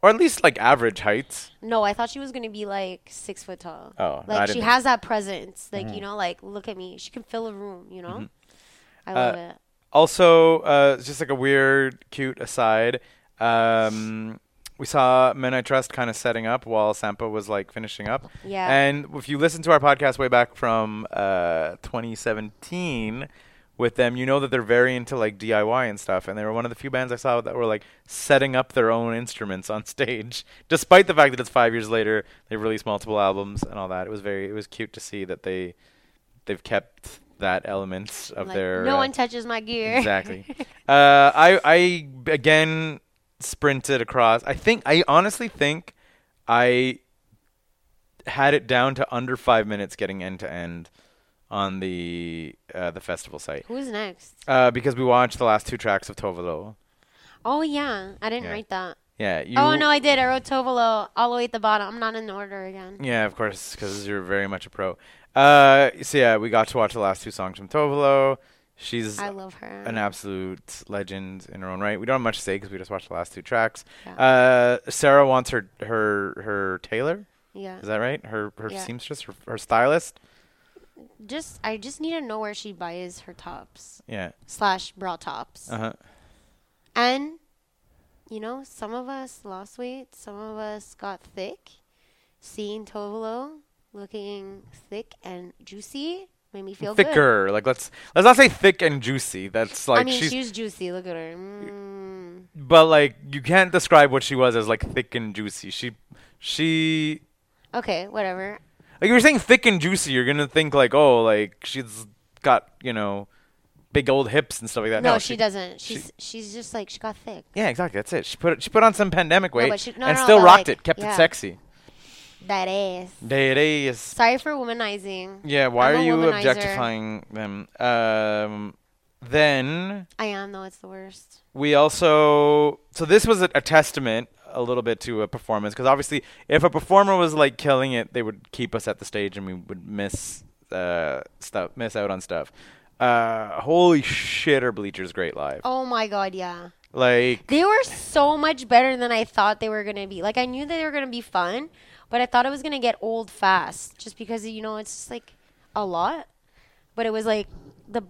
Speaker 2: Or at least like average heights.
Speaker 3: no, I thought she was gonna be like six foot tall.
Speaker 2: Oh, no, I
Speaker 3: like she
Speaker 2: didn't-
Speaker 3: has that presence. Like you know, like look at me. She can fill a room. You know,
Speaker 2: Mm-hmm.
Speaker 3: I love
Speaker 2: Uh,
Speaker 3: it.
Speaker 2: Also, uh, it's just like a weird, cute aside. Um, we saw Men I Trust kind of setting up while Sampa was like finishing up.
Speaker 3: Yeah.
Speaker 2: And if you listen to our podcast way back from uh, 2017 with them, you know that they're very into like DIY and stuff. And they were one of the few bands I saw that were like setting up their own instruments on stage, despite the fact that it's five years later. They've released multiple albums and all that. It was very, it was cute to see that they, they've kept that element of
Speaker 3: Like,
Speaker 2: their
Speaker 3: no
Speaker 2: uh,
Speaker 3: one touches my gear.
Speaker 2: Exactly. uh, I I again sprinted across. I think I honestly think I had it down to under five minutes getting end to end on the uh, the festival site
Speaker 3: Who's next?
Speaker 2: uh, because we watched the last two tracks of Tovolo.
Speaker 3: Oh yeah, I didn't
Speaker 2: Yeah.
Speaker 3: write that.
Speaker 2: Yeah. You,
Speaker 3: Oh no, I did. I wrote Tovolo all the way at the bottom. I'm not in order again.
Speaker 2: Yeah, of course, because you're very much a pro. Uh, so yeah, we got to watch the last two songs from Tovolo. She's
Speaker 3: I love her.
Speaker 2: an absolute legend in her own right. We don't have much to say because we just watched the last two tracks.
Speaker 3: Yeah.
Speaker 2: Uh, Sarah wants her her her tailor.
Speaker 3: yeah.
Speaker 2: Is that right? Her her
Speaker 3: Yeah.
Speaker 2: seamstress, her, her stylist.
Speaker 3: Just I just need to know where she buys her tops
Speaker 2: Yeah.
Speaker 3: slash bra tops.
Speaker 2: Uh huh.
Speaker 3: And you know, some of us lost weight, some of us got thick. Seeing Tovolo looking thick and juicy made me feel Good.
Speaker 2: Thicker. Like let's let's not say thick and juicy. That's like
Speaker 3: I mean,
Speaker 2: she's
Speaker 3: she was juicy. Look at her. Mm.
Speaker 2: but like you can't describe what she was as like thick and juicy. She she
Speaker 3: Okay, whatever.
Speaker 2: Like if you're saying thick and juicy, you're gonna think like, oh, like she's got you know, big old hips and stuff like that.
Speaker 3: No,
Speaker 2: No,
Speaker 3: she, doesn't. She's she's just like she got thick.
Speaker 2: Yeah, exactly. That's it. She put she put on some pandemic weight
Speaker 3: but she- no,
Speaker 2: and
Speaker 3: no,
Speaker 2: still
Speaker 3: but,
Speaker 2: rocked
Speaker 3: like,
Speaker 2: it, kept it
Speaker 3: yeah.
Speaker 2: sexy.
Speaker 3: That ass.
Speaker 2: There it is.
Speaker 3: Sorry for womanizing.
Speaker 2: Yeah, why
Speaker 3: I'm
Speaker 2: are
Speaker 3: a
Speaker 2: you
Speaker 3: womanizer.
Speaker 2: objectifying them? Um, Then
Speaker 3: I am though. It's the worst.
Speaker 2: we also so this was a, a testament a little bit to a performance because obviously if a performer was like killing it they would keep us at the stage and we would miss uh stuff miss out on stuff uh holy shit are bleachers great live
Speaker 3: Oh my god, yeah.
Speaker 2: like
Speaker 3: They were so much better than I thought they were gonna be. Like I knew that they were gonna be fun, but I thought it was gonna get old fast, just because you know it's just like a lot. But it was like the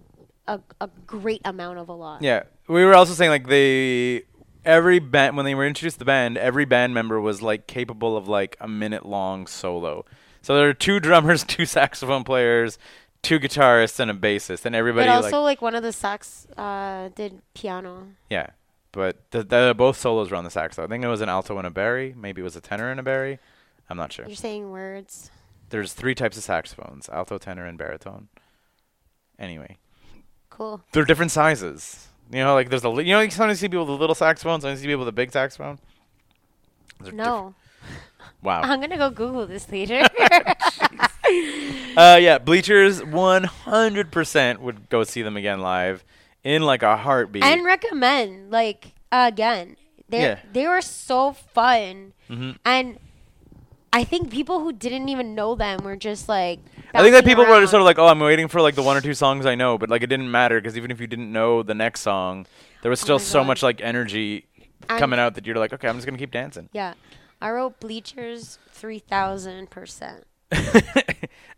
Speaker 3: a, a great amount of a lot.
Speaker 2: Yeah, we were also saying like they every band when they were introduced to the band, every band member was like capable of like a minute long solo. So there are two drummers, two saxophone players, two guitarists, and a bassist, and
Speaker 3: but
Speaker 2: everybody
Speaker 3: also
Speaker 2: like
Speaker 3: like, one of the sax uh, did piano.
Speaker 2: yeah. But th- th- both solos were on the sax. Though. I think it was an alto and a barry. Maybe it was a tenor and a barry. I'm not sure.
Speaker 3: You're saying words.
Speaker 2: There's three types of saxophones: alto, tenor, and baritone. Anyway,
Speaker 3: Cool.
Speaker 2: they're different sizes. You know, like there's the li- you know you sometimes see people with a little saxophone, sometimes you see people with a big saxophone. Those are diff-
Speaker 3: No,
Speaker 2: Wow.
Speaker 3: I'm gonna go Google this later.
Speaker 2: Oh, Uh, yeah, Bleachers 100% would go see them again live in like a heartbeat.
Speaker 3: and recommend like again they
Speaker 2: Yeah. Mm-hmm.
Speaker 3: they were so fun and i think people who didn't even know them were just like
Speaker 2: I think that people were sort of like, oh, I'm waiting for like the one or two songs I know, but like it didn't matter because even if you didn't know the next song, there was still
Speaker 3: Oh my
Speaker 2: so
Speaker 3: God.
Speaker 2: much like energy
Speaker 3: And-
Speaker 2: coming out that you're like, okay, I'm just gonna keep dancing.
Speaker 3: yeah i wrote bleachers 3000%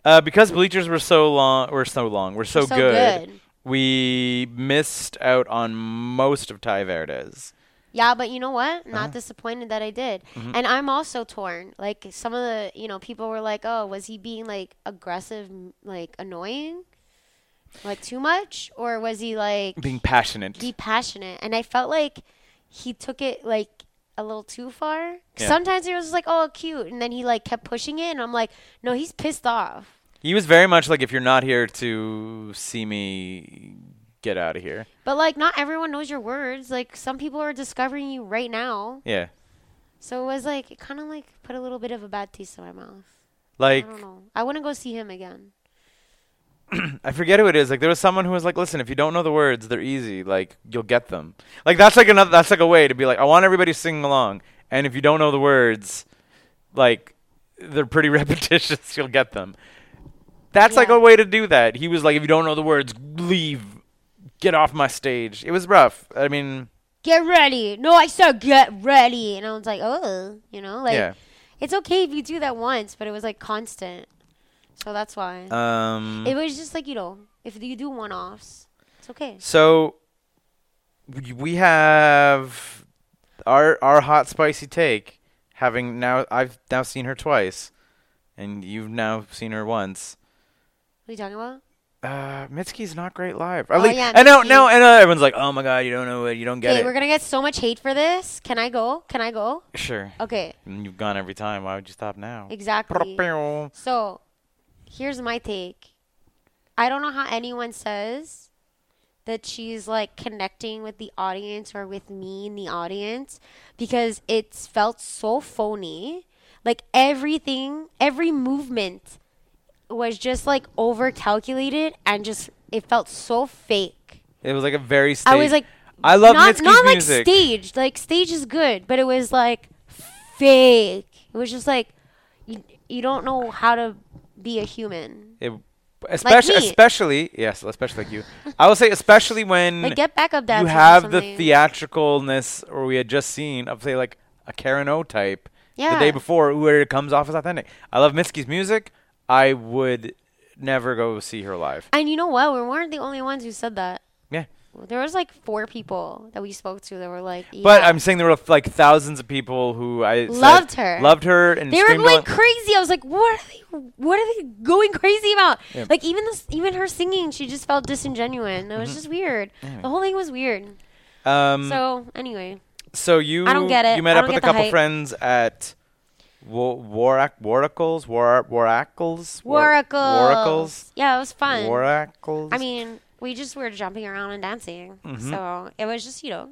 Speaker 2: uh, because Bleachers were so long, were so long, were so,
Speaker 3: so
Speaker 2: good,
Speaker 3: good.
Speaker 2: We missed out on most of Ty Verdes.
Speaker 3: yeah but you know what
Speaker 2: Uh-huh.
Speaker 3: not disappointed that i did
Speaker 2: Mm-hmm.
Speaker 3: and i'm also torn like some of the you know people were like oh was he being like aggressive m- like annoying like too much or was he like
Speaker 2: Being passionate.
Speaker 3: be passionate. And I felt like he took it like a little too far.
Speaker 2: Yeah.
Speaker 3: Sometimes he was just like, "Oh, cute," and then he like kept pushing it, and I'm like, "No, he's pissed off."
Speaker 2: He was very much like, if you're not here to see me, get out of here.
Speaker 3: But like, not everyone knows your words. Like, some people are discovering you right now.
Speaker 2: Yeah.
Speaker 3: So it was like, it kind of like put a little bit of a bad taste in my mouth. I
Speaker 2: Like,
Speaker 3: don't know. I wouldn't go see him again.
Speaker 2: I forget who it is. Like, there was someone who was like, listen, if you don't know the words, they're easy. Like, you'll get them. Like, that's like another, that's like a way to be like, I want everybody singing along. And if you don't know the words, like, they're pretty repetitious. You'll get them. That's like
Speaker 3: Yeah.
Speaker 2: a way to do that. He was like, if you don't know the words, leave. Get off my stage. It was rough. I mean,
Speaker 3: Get ready. No, I said get ready, and I was like, "Oh, you know, like
Speaker 2: yeah.
Speaker 3: it's okay if you do that once, but it was like constant." So that's why.
Speaker 2: Um,
Speaker 3: It was just like, you know, if you do one offs, it's okay.
Speaker 2: So we- we have our our hot spicy take having now I've now seen her twice and you've now seen her once.
Speaker 3: What are you talking about?
Speaker 2: Uh Mitski's not great live. At
Speaker 3: Oh,
Speaker 2: least-
Speaker 3: yeah,
Speaker 2: and now
Speaker 3: Mitski.
Speaker 2: now and now everyone's like, "Oh my god, you don't know it. You don't get
Speaker 3: Okay,
Speaker 2: it."
Speaker 3: we're gonna get so much hate for this. Can I go? Can I go?
Speaker 2: sure.
Speaker 3: Okay,
Speaker 2: And you've gone every time. Why would you stop now?
Speaker 3: exactly. So, here's my take. I don't know how anyone says that she's like connecting with the audience or with me in the audience because it's felt so phony. Like everything, every movement was just like over calculated and just it felt so fake.
Speaker 2: It was like a very
Speaker 3: I was like,
Speaker 2: I love
Speaker 3: not,
Speaker 2: Mitski's
Speaker 3: not like
Speaker 2: music.
Speaker 3: staged. Like stage is good, but it was like fake. It was just like you, you don't know how to be a human.
Speaker 2: It, especially,
Speaker 3: me.
Speaker 2: especially, yes, especially like you. I will say, especially when
Speaker 3: Like get backup
Speaker 2: Mm.
Speaker 3: dancers.
Speaker 2: you
Speaker 3: or
Speaker 2: have the
Speaker 3: something.
Speaker 2: theatricalness, or we had just seen of say like a Karen O type the day
Speaker 3: Yeah.
Speaker 2: before, where it comes off as authentic. I love Mitski's music. I would never go see her live.
Speaker 3: And you know what? We weren't the only ones who said that.
Speaker 2: Yeah,
Speaker 3: There was like four people that we spoke to that were like, yeah.
Speaker 2: but I'm saying there were like thousands of people who I said
Speaker 3: Loved her.
Speaker 2: loved her, and
Speaker 3: they were
Speaker 2: screamed
Speaker 3: going
Speaker 2: along.
Speaker 3: crazy. I was like, what are they? What are they going crazy about?
Speaker 2: Yeah.
Speaker 3: Like even this, even her singing, she just felt disingenuous. It
Speaker 2: Mm-hmm.
Speaker 3: was just weird. The whole thing was weird.
Speaker 2: Um, so,
Speaker 3: So anyway,
Speaker 2: you,
Speaker 3: I don't get it.
Speaker 2: You met
Speaker 3: I
Speaker 2: up
Speaker 3: don't
Speaker 2: with a
Speaker 3: get the
Speaker 2: couple
Speaker 3: hype.
Speaker 2: friends at. Wa- Warak, Waracles, War, Waracles, War-
Speaker 3: Waracles. Yeah, it was fun.
Speaker 2: Waracles.
Speaker 3: I mean, we just were jumping around and dancing.
Speaker 2: Mm-hmm.
Speaker 3: So it was just, you know,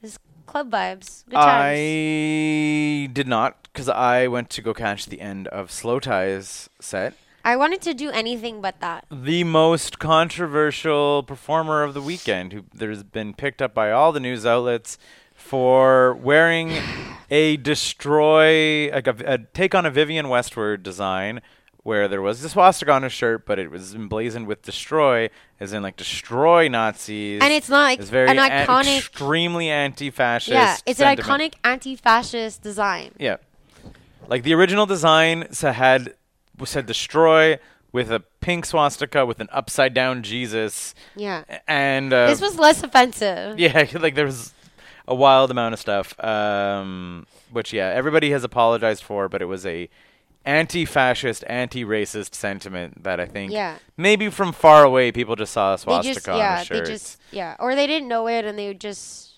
Speaker 3: just club vibes. Good times.
Speaker 2: I did not because I went to go catch the end of Slow Tie's set.
Speaker 3: I wanted to do anything but that.
Speaker 2: the most controversial performer of the weekend, who there's been picked up by all the news outlets for wearing a destroy, like a, a take on a Vivian Westward design, where there was the swastika on his shirt, but it was emblazoned with destroy, as in like destroy Nazis.
Speaker 3: And it's not like
Speaker 2: it's very
Speaker 3: an
Speaker 2: an-
Speaker 3: iconic-
Speaker 2: extremely anti-fascist.
Speaker 3: yeah, it's
Speaker 2: sentiment.
Speaker 3: an iconic anti-fascist design.
Speaker 2: Yeah. Like the original design sa- had said destroy with a pink swastika with an upside down Jesus
Speaker 3: Yeah.
Speaker 2: and uh,
Speaker 3: this was less offensive.
Speaker 2: yeah, like there was a wild amount of stuff um which yeah, everybody has apologized for, but it was a anti-fascist, anti-racist sentiment that I think
Speaker 3: Yeah.
Speaker 2: maybe from far away people just saw a
Speaker 3: they
Speaker 2: swastika
Speaker 3: just
Speaker 2: on
Speaker 3: yeah,
Speaker 2: a shirt.
Speaker 3: they just yeah, or they didn't know it and they just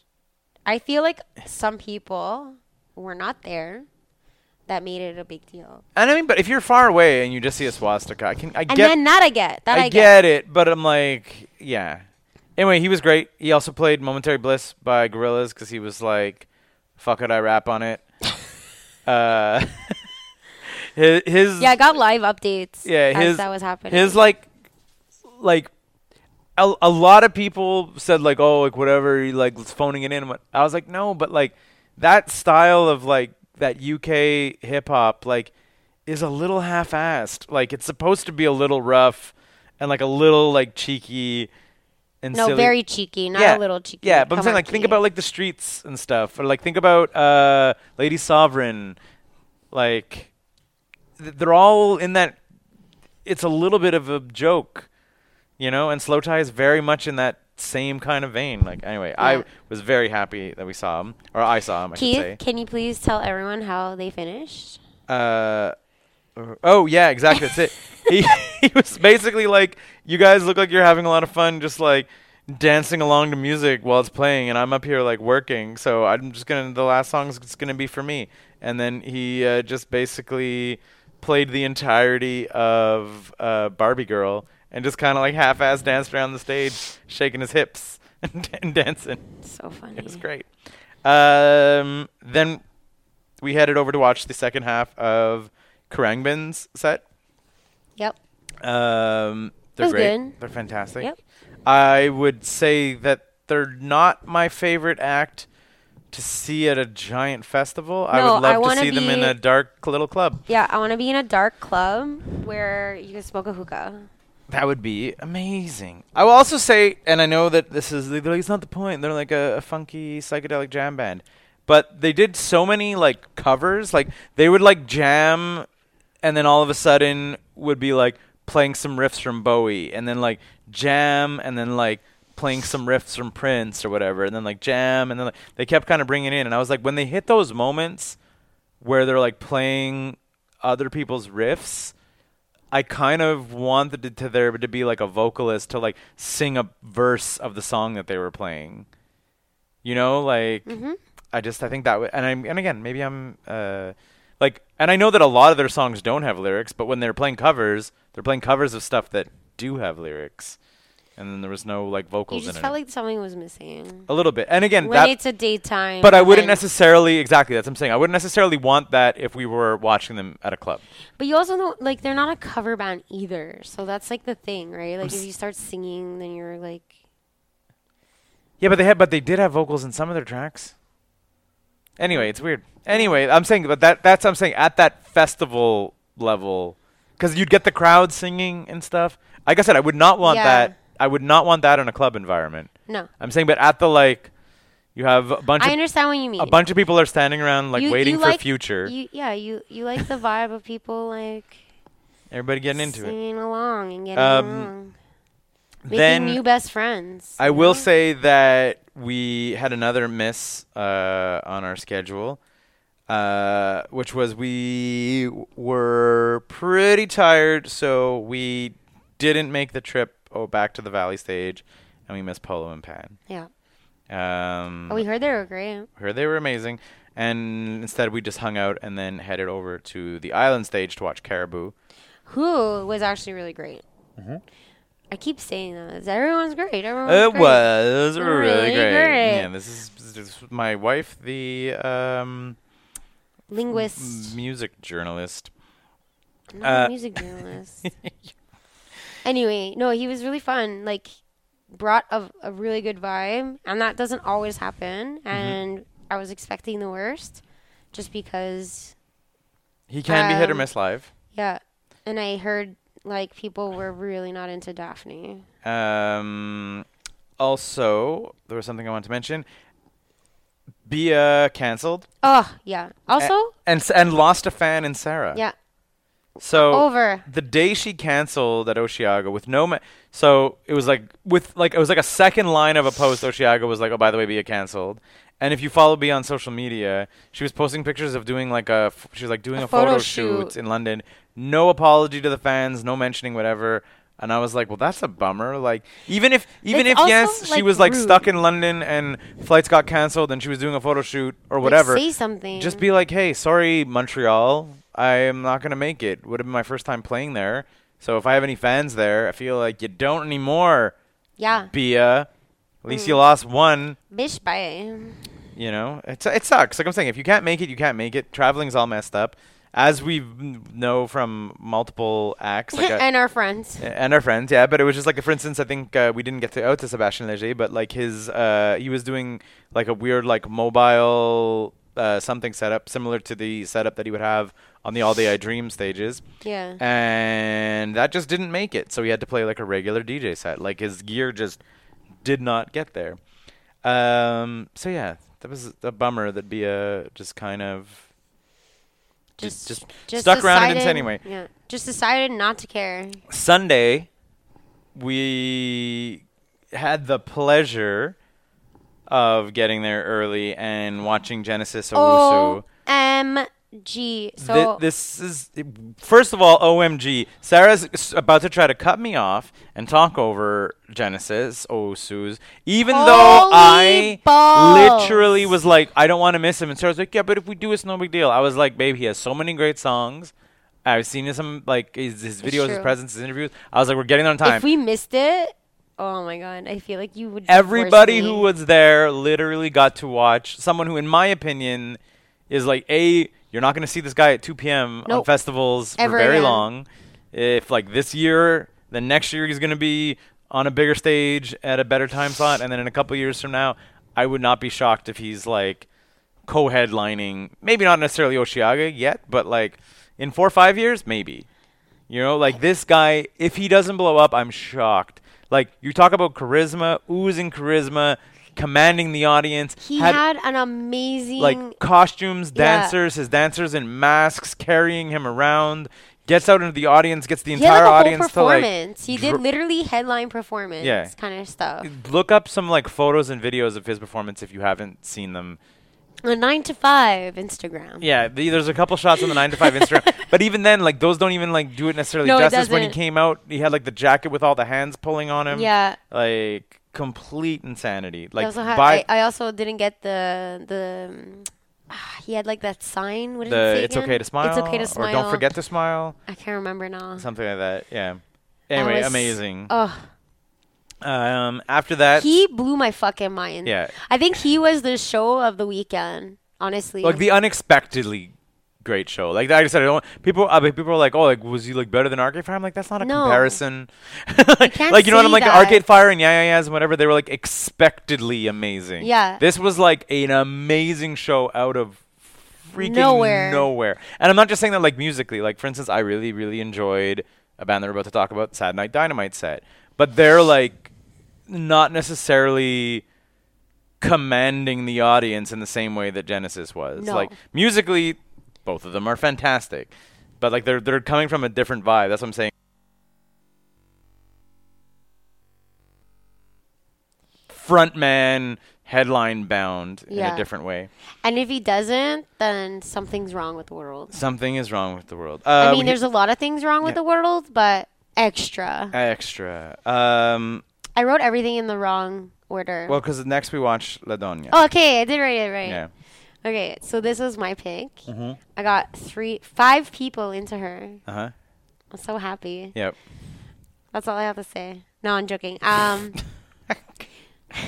Speaker 3: I feel like some people were not there that made it a big deal.
Speaker 2: and I mean, but if you're far away and you just see a swastika, I can I
Speaker 3: And
Speaker 2: get
Speaker 3: then that I get. That I,
Speaker 2: I, get, it, but I'm like, yeah. Anyway, he was great. He also played "Momentary Bliss" by Gorillaz because he was like, "Fuck it, I rap on it." uh, his, his
Speaker 3: Yeah, I got live updates
Speaker 2: yeah
Speaker 3: as
Speaker 2: his
Speaker 3: that was happening.
Speaker 2: his like like a, a lot of people said like oh like whatever he like was phoning it in. What- I was like no, but like that style of like that UK hip hop like is a little half assed. Like it's supposed to be a little rough and like a little like cheeky and
Speaker 3: no,
Speaker 2: silly.
Speaker 3: very cheeky, not
Speaker 2: Yeah.
Speaker 3: a little cheeky.
Speaker 2: Yeah, but I'm
Speaker 3: Come
Speaker 2: saying
Speaker 3: on,
Speaker 2: like think
Speaker 3: Key.
Speaker 2: about like the streets and stuff, or like think about uh, Lady Sovereign, like th- they're all in that. It's a little bit of a joke, you know, and Slow Tie is very much in that same kind of vein. Like anyway,
Speaker 3: Yeah.
Speaker 2: I was very happy that we saw him, or I saw him. I should say.
Speaker 3: Keith, can you please tell everyone how they finished?
Speaker 2: Uh, oh yeah, exactly. That's it. he, he was basically like, "You guys look like you're having a lot of fun, just like dancing along to music while it's playing, and I'm up here like working. So I'm just gonna the last song's just gonna be for me." And then he uh, just basically played the entirety of uh, Barbie Girl and just kind of like half-ass danced around the stage, shaking his hips and, and dancing.
Speaker 3: So funny.
Speaker 2: It was great. Um, then we headed over to watch the second half of Karangbin's set.
Speaker 3: Yep.
Speaker 2: Um, they're
Speaker 3: was
Speaker 2: great.
Speaker 3: good.
Speaker 2: They're fantastic.
Speaker 3: Yep.
Speaker 2: I would say that they're not my favorite act to see at a giant festival. I
Speaker 3: No,
Speaker 2: would love
Speaker 3: I
Speaker 2: to
Speaker 3: wanna
Speaker 2: see them in
Speaker 3: be-
Speaker 2: a dark little club.
Speaker 3: Yeah, I want to be in a dark club where you can smoke a hookah.
Speaker 2: That would be amazing. I will also say, and I know that this is they're like, it's not the point. They're like a, a funky psychedelic jam band, but they did so many like covers. Like they would like jam, and then all of a sudden would be like playing some riffs from Bowie, and then like jam, and then like playing some riffs from Prince or whatever, and then like jam, and then like they kept kind of bringing it in. And I was like, when they hit those moments where they're like playing other people's riffs. I kind of wanted it to there to be like a vocalist to like sing a verse of the song that they were playing. You know, like
Speaker 3: Mm-hmm.
Speaker 2: I just I think that would and I'm and again maybe I'm uh like and I know that a lot of their songs don't have lyrics, but when they're playing covers, they're playing covers of stuff that do have lyrics, and then there was no like
Speaker 3: You
Speaker 2: vocals in
Speaker 3: just
Speaker 2: it
Speaker 3: felt like something was missing.
Speaker 2: a little bit. And again,
Speaker 3: When
Speaker 2: that
Speaker 3: it's a daytime.
Speaker 2: but I wouldn't
Speaker 3: event.
Speaker 2: necessarily exactly that's what I'm saying. I wouldn't necessarily want that if we were watching them at a club.
Speaker 3: But you also know, like, they're not a cover band either. So that's like the thing, right? Like, if you start singing, then you're like,
Speaker 2: Yeah, but they had, but they did have vocals in some of their tracks. Anyway, it's weird. Anyway, I'm saying, but that that's what I'm saying at that festival level, because you'd get the crowd singing and stuff. Like I said, I would not want
Speaker 3: Yeah.
Speaker 2: that. I would not want that in a club environment.
Speaker 3: no.
Speaker 2: I'm saying, but at the like, you have a bunch
Speaker 3: I
Speaker 2: of
Speaker 3: understand what you mean.
Speaker 2: a bunch of people are standing around like
Speaker 3: You-
Speaker 2: waiting
Speaker 3: you
Speaker 2: for
Speaker 3: like-
Speaker 2: future.
Speaker 3: You, yeah, you, you like the vibe of people, like,
Speaker 2: Everybody getting into it.
Speaker 3: singing along and getting
Speaker 2: Um,
Speaker 3: along. Making
Speaker 2: then
Speaker 3: new best friends.
Speaker 2: I
Speaker 3: you know?
Speaker 2: will say that we had another miss uh, on our schedule, uh, which was we w- were pretty tired, so we didn't make the trip oh, back to the Valley stage, and we missed Polo and Pan.
Speaker 3: Yeah.
Speaker 2: Um,
Speaker 3: Oh, we heard they were great.
Speaker 2: heard they were amazing, and instead we just hung out and then headed over to the island stage to watch Caribou.
Speaker 3: Who was actually really great. I keep saying that. It's- Everyone's great. Everyone's
Speaker 2: Mm-hmm. It
Speaker 3: Oh, great.
Speaker 2: was really,
Speaker 3: Really
Speaker 2: great.
Speaker 3: great.
Speaker 2: Yeah, this is, this is my wife, the um,
Speaker 3: Linguist.
Speaker 2: music journalist
Speaker 3: I'm not
Speaker 2: Mm, Uh,
Speaker 3: a music journalist. anyway, no, he was really fun. Like, brought a, a really good vibe, and that doesn't always happen.
Speaker 2: Mm-hmm.
Speaker 3: And I was expecting the worst, just because,
Speaker 2: He can be hit or
Speaker 3: Um,
Speaker 2: miss live.
Speaker 3: yeah. And I heard like people were really not into Daphne.
Speaker 2: Um, also, there was something I wanted to mention. Bia canceled
Speaker 3: Oh
Speaker 2: Eh.
Speaker 3: yeah. Also,
Speaker 2: and s- and lost a fan in Sarah.
Speaker 3: yeah.
Speaker 2: So
Speaker 3: Over.
Speaker 2: the day she canceled at Oshiaga with no ma- so it was like with like it was like a second line of a post Oshiaga was like oh by the way Bia canceled and if you follow Bia on social media she was posting pictures of doing like a f- she was like doing a,
Speaker 3: A
Speaker 2: photo,
Speaker 3: photo
Speaker 2: shoot.
Speaker 3: shoot.
Speaker 2: in London no apology to the fans no mentioning whatever and I was like well that's a bummer like even if even
Speaker 3: It's
Speaker 2: if
Speaker 3: also,
Speaker 2: yes she
Speaker 3: like,
Speaker 2: was like
Speaker 3: rude.
Speaker 2: stuck in London and flights got canceled and she was doing a photo shoot or
Speaker 3: Like,
Speaker 2: whatever
Speaker 3: say something.
Speaker 2: just be like, hey, sorry, Montreal. I am not going to make it. Would have been my first time playing there. So if I have any fans there, I feel like you don't anymore,
Speaker 3: yeah.
Speaker 2: Bia. At least you lost one,
Speaker 3: Bish bye.
Speaker 2: you know? It's, it sucks. Like I'm saying, if you can't make it, you can't make it. Traveling's all messed up. As we know from multiple acts, like a,
Speaker 3: and our friends.
Speaker 2: and our friends, yeah. But it was just like, for instance, I think uh, we didn't get to out to Sebastian Leger, but like his, uh, he was doing like a weird like mobile uh, something setup similar to the setup that he would have on the All Day I Dream stages,
Speaker 3: Yeah.
Speaker 2: and that just didn't make it. So he had to play like a regular DJ set. Like his gear just did not get there. Um, so yeah, that was a bummer that Bia just kind of ju-
Speaker 3: just,
Speaker 2: just,
Speaker 3: just
Speaker 2: stuck around it
Speaker 3: decided-
Speaker 2: anyway.
Speaker 3: Yeah, just decided not to care.
Speaker 2: Sunday, we had the pleasure of getting there early and watching Genesis Owusu.
Speaker 3: O M G.
Speaker 2: Thi-
Speaker 3: Oh, So
Speaker 2: this is first of all, OMG! Sarah's s- about to try to cut me off and talk over Genesis Owusu's, even though
Speaker 3: Holy
Speaker 2: I
Speaker 3: balls.
Speaker 2: literally was like, I don't want to miss him. And Sarah's like, Yeah, but if we do, it's no big deal. I was like, Babe, he has so many great songs. I've seen his some like his, his videos, his
Speaker 3: true.
Speaker 2: presence, his interviews. I was like, We're getting on time.
Speaker 3: if we missed it, oh my god, I feel like you would. divorce
Speaker 2: everybody who
Speaker 3: me.
Speaker 2: was there literally got to watch someone who, in my opinion, is like a. You're not going to see this guy at 2 p.m. on
Speaker 3: Nope.
Speaker 2: festivals
Speaker 3: Ever
Speaker 2: for very
Speaker 3: again.
Speaker 2: long. If like this year, then next year he's going to be on a bigger stage at a better time slot, and then in a couple years from now, I would not be shocked if he's like co-headlining. Maybe not necessarily Oshiaga yet, but like in four or five years, maybe. You know, like this guy, if he doesn't blow up, I'm shocked. Like you talk about charisma, oozing charisma, commanding the audience.
Speaker 3: he had, an amazing.
Speaker 2: like costumes,
Speaker 3: Yeah.
Speaker 2: dancers, his dancers in masks carrying him around. Gets out into the audience, gets the
Speaker 3: he had
Speaker 2: entire
Speaker 3: like a whole
Speaker 2: audience to like
Speaker 3: performance. he did
Speaker 2: dr-
Speaker 3: literally headline performance
Speaker 2: Yeah.
Speaker 3: kind of stuff.
Speaker 2: look up some like photos and videos of his performance if you haven't seen them.
Speaker 3: A nine to five Instagram.
Speaker 2: Yeah, the, there's a couple shots on the nine to five Instagram, but even then, like those don't even like do it necessarily
Speaker 3: No, it
Speaker 2: justice. When he
Speaker 3: doesn't.
Speaker 2: came out, he had like the jacket with all the hands pulling on him.
Speaker 3: Yeah.
Speaker 2: like complete insanity.
Speaker 3: I
Speaker 2: Like
Speaker 3: also had,
Speaker 2: by
Speaker 3: I, I also didn't get the the. um, he had like that sign. What did it
Speaker 2: the
Speaker 3: say
Speaker 2: it's
Speaker 3: again?
Speaker 2: okay to smile.
Speaker 3: It's okay to smile.
Speaker 2: Or don't forget to smile.
Speaker 3: I can't remember now.
Speaker 2: Something like that. Yeah.
Speaker 3: I
Speaker 2: Anyway,
Speaker 3: was-
Speaker 2: amazing.
Speaker 3: Oh,
Speaker 2: um, after that,
Speaker 3: he blew my fucking mind.
Speaker 2: Yeah.
Speaker 3: I think he was the show of the weekend. Honestly,
Speaker 2: like the unexpectedly great show. Like I said, I don't, people. I mean, people are like, "Oh, like was he like better than Arcade Fire?" I'm like, that's not a
Speaker 3: No.
Speaker 2: comparison. like,
Speaker 3: can't
Speaker 2: like, you know what
Speaker 3: say
Speaker 2: I'm like
Speaker 3: that.
Speaker 2: Arcade Fire and Yeah Yeah Yeahs and whatever. They were like expectedly amazing.
Speaker 3: Yeah.
Speaker 2: this was like an amazing show out of freaking
Speaker 3: Nowhere.
Speaker 2: nowhere. And I'm not just saying that like musically. Like for instance, I really really enjoyed a band that we're about to talk about, Sad Night Dynamite set, but they're like not necessarily commanding the audience in the same way that Genesis was.
Speaker 3: No.
Speaker 2: Like musically, both of them are fantastic, but like they're they're coming from a different vibe. That's what I'm saying. Frontman, headline bound in a
Speaker 3: Yeah.
Speaker 2: different way.
Speaker 3: and if he doesn't, then something's wrong with the world.
Speaker 2: Something is wrong with the world. Uh,
Speaker 3: I
Speaker 2: we-
Speaker 3: mean, there's a lot of things wrong with
Speaker 2: Yeah.
Speaker 3: the world, but extra.
Speaker 2: extra. Um,
Speaker 3: I wrote everything in the wrong order.
Speaker 2: well, because next we watch La Donna.
Speaker 3: Oh, okay, I did write it right.
Speaker 2: Yeah.
Speaker 3: Okay, so this was my pick.
Speaker 2: Mm-hmm.
Speaker 3: I got three, five people into her.
Speaker 2: Uh huh.
Speaker 3: I'm so happy.
Speaker 2: Yep.
Speaker 3: That's all I have to say. No, I'm joking. Um,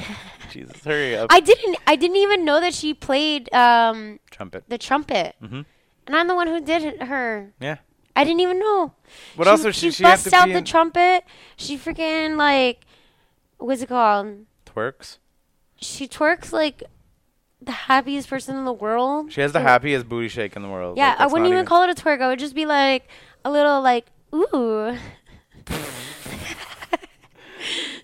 Speaker 2: Jesus, hurry up.
Speaker 3: I didn't. I didn't even know that she played um,
Speaker 2: Trumpet.
Speaker 3: the trumpet,
Speaker 2: Mhm.
Speaker 3: and I'm the one who did her.
Speaker 2: Yeah.
Speaker 3: I didn't even know.
Speaker 2: What
Speaker 3: she,
Speaker 2: else does she- she have
Speaker 3: busts
Speaker 2: to
Speaker 3: out
Speaker 2: be
Speaker 3: the
Speaker 2: in-
Speaker 3: trumpet. She freaking like, what's it called?
Speaker 2: Twerks.
Speaker 3: She twerks like the happiest person in the world.
Speaker 2: She has the
Speaker 3: And-
Speaker 2: happiest booty shake in the world.
Speaker 3: Yeah,
Speaker 2: Like,
Speaker 3: I
Speaker 2: that's
Speaker 3: wouldn't
Speaker 2: not
Speaker 3: even, call it a twerk. I would just be like a little like ooh.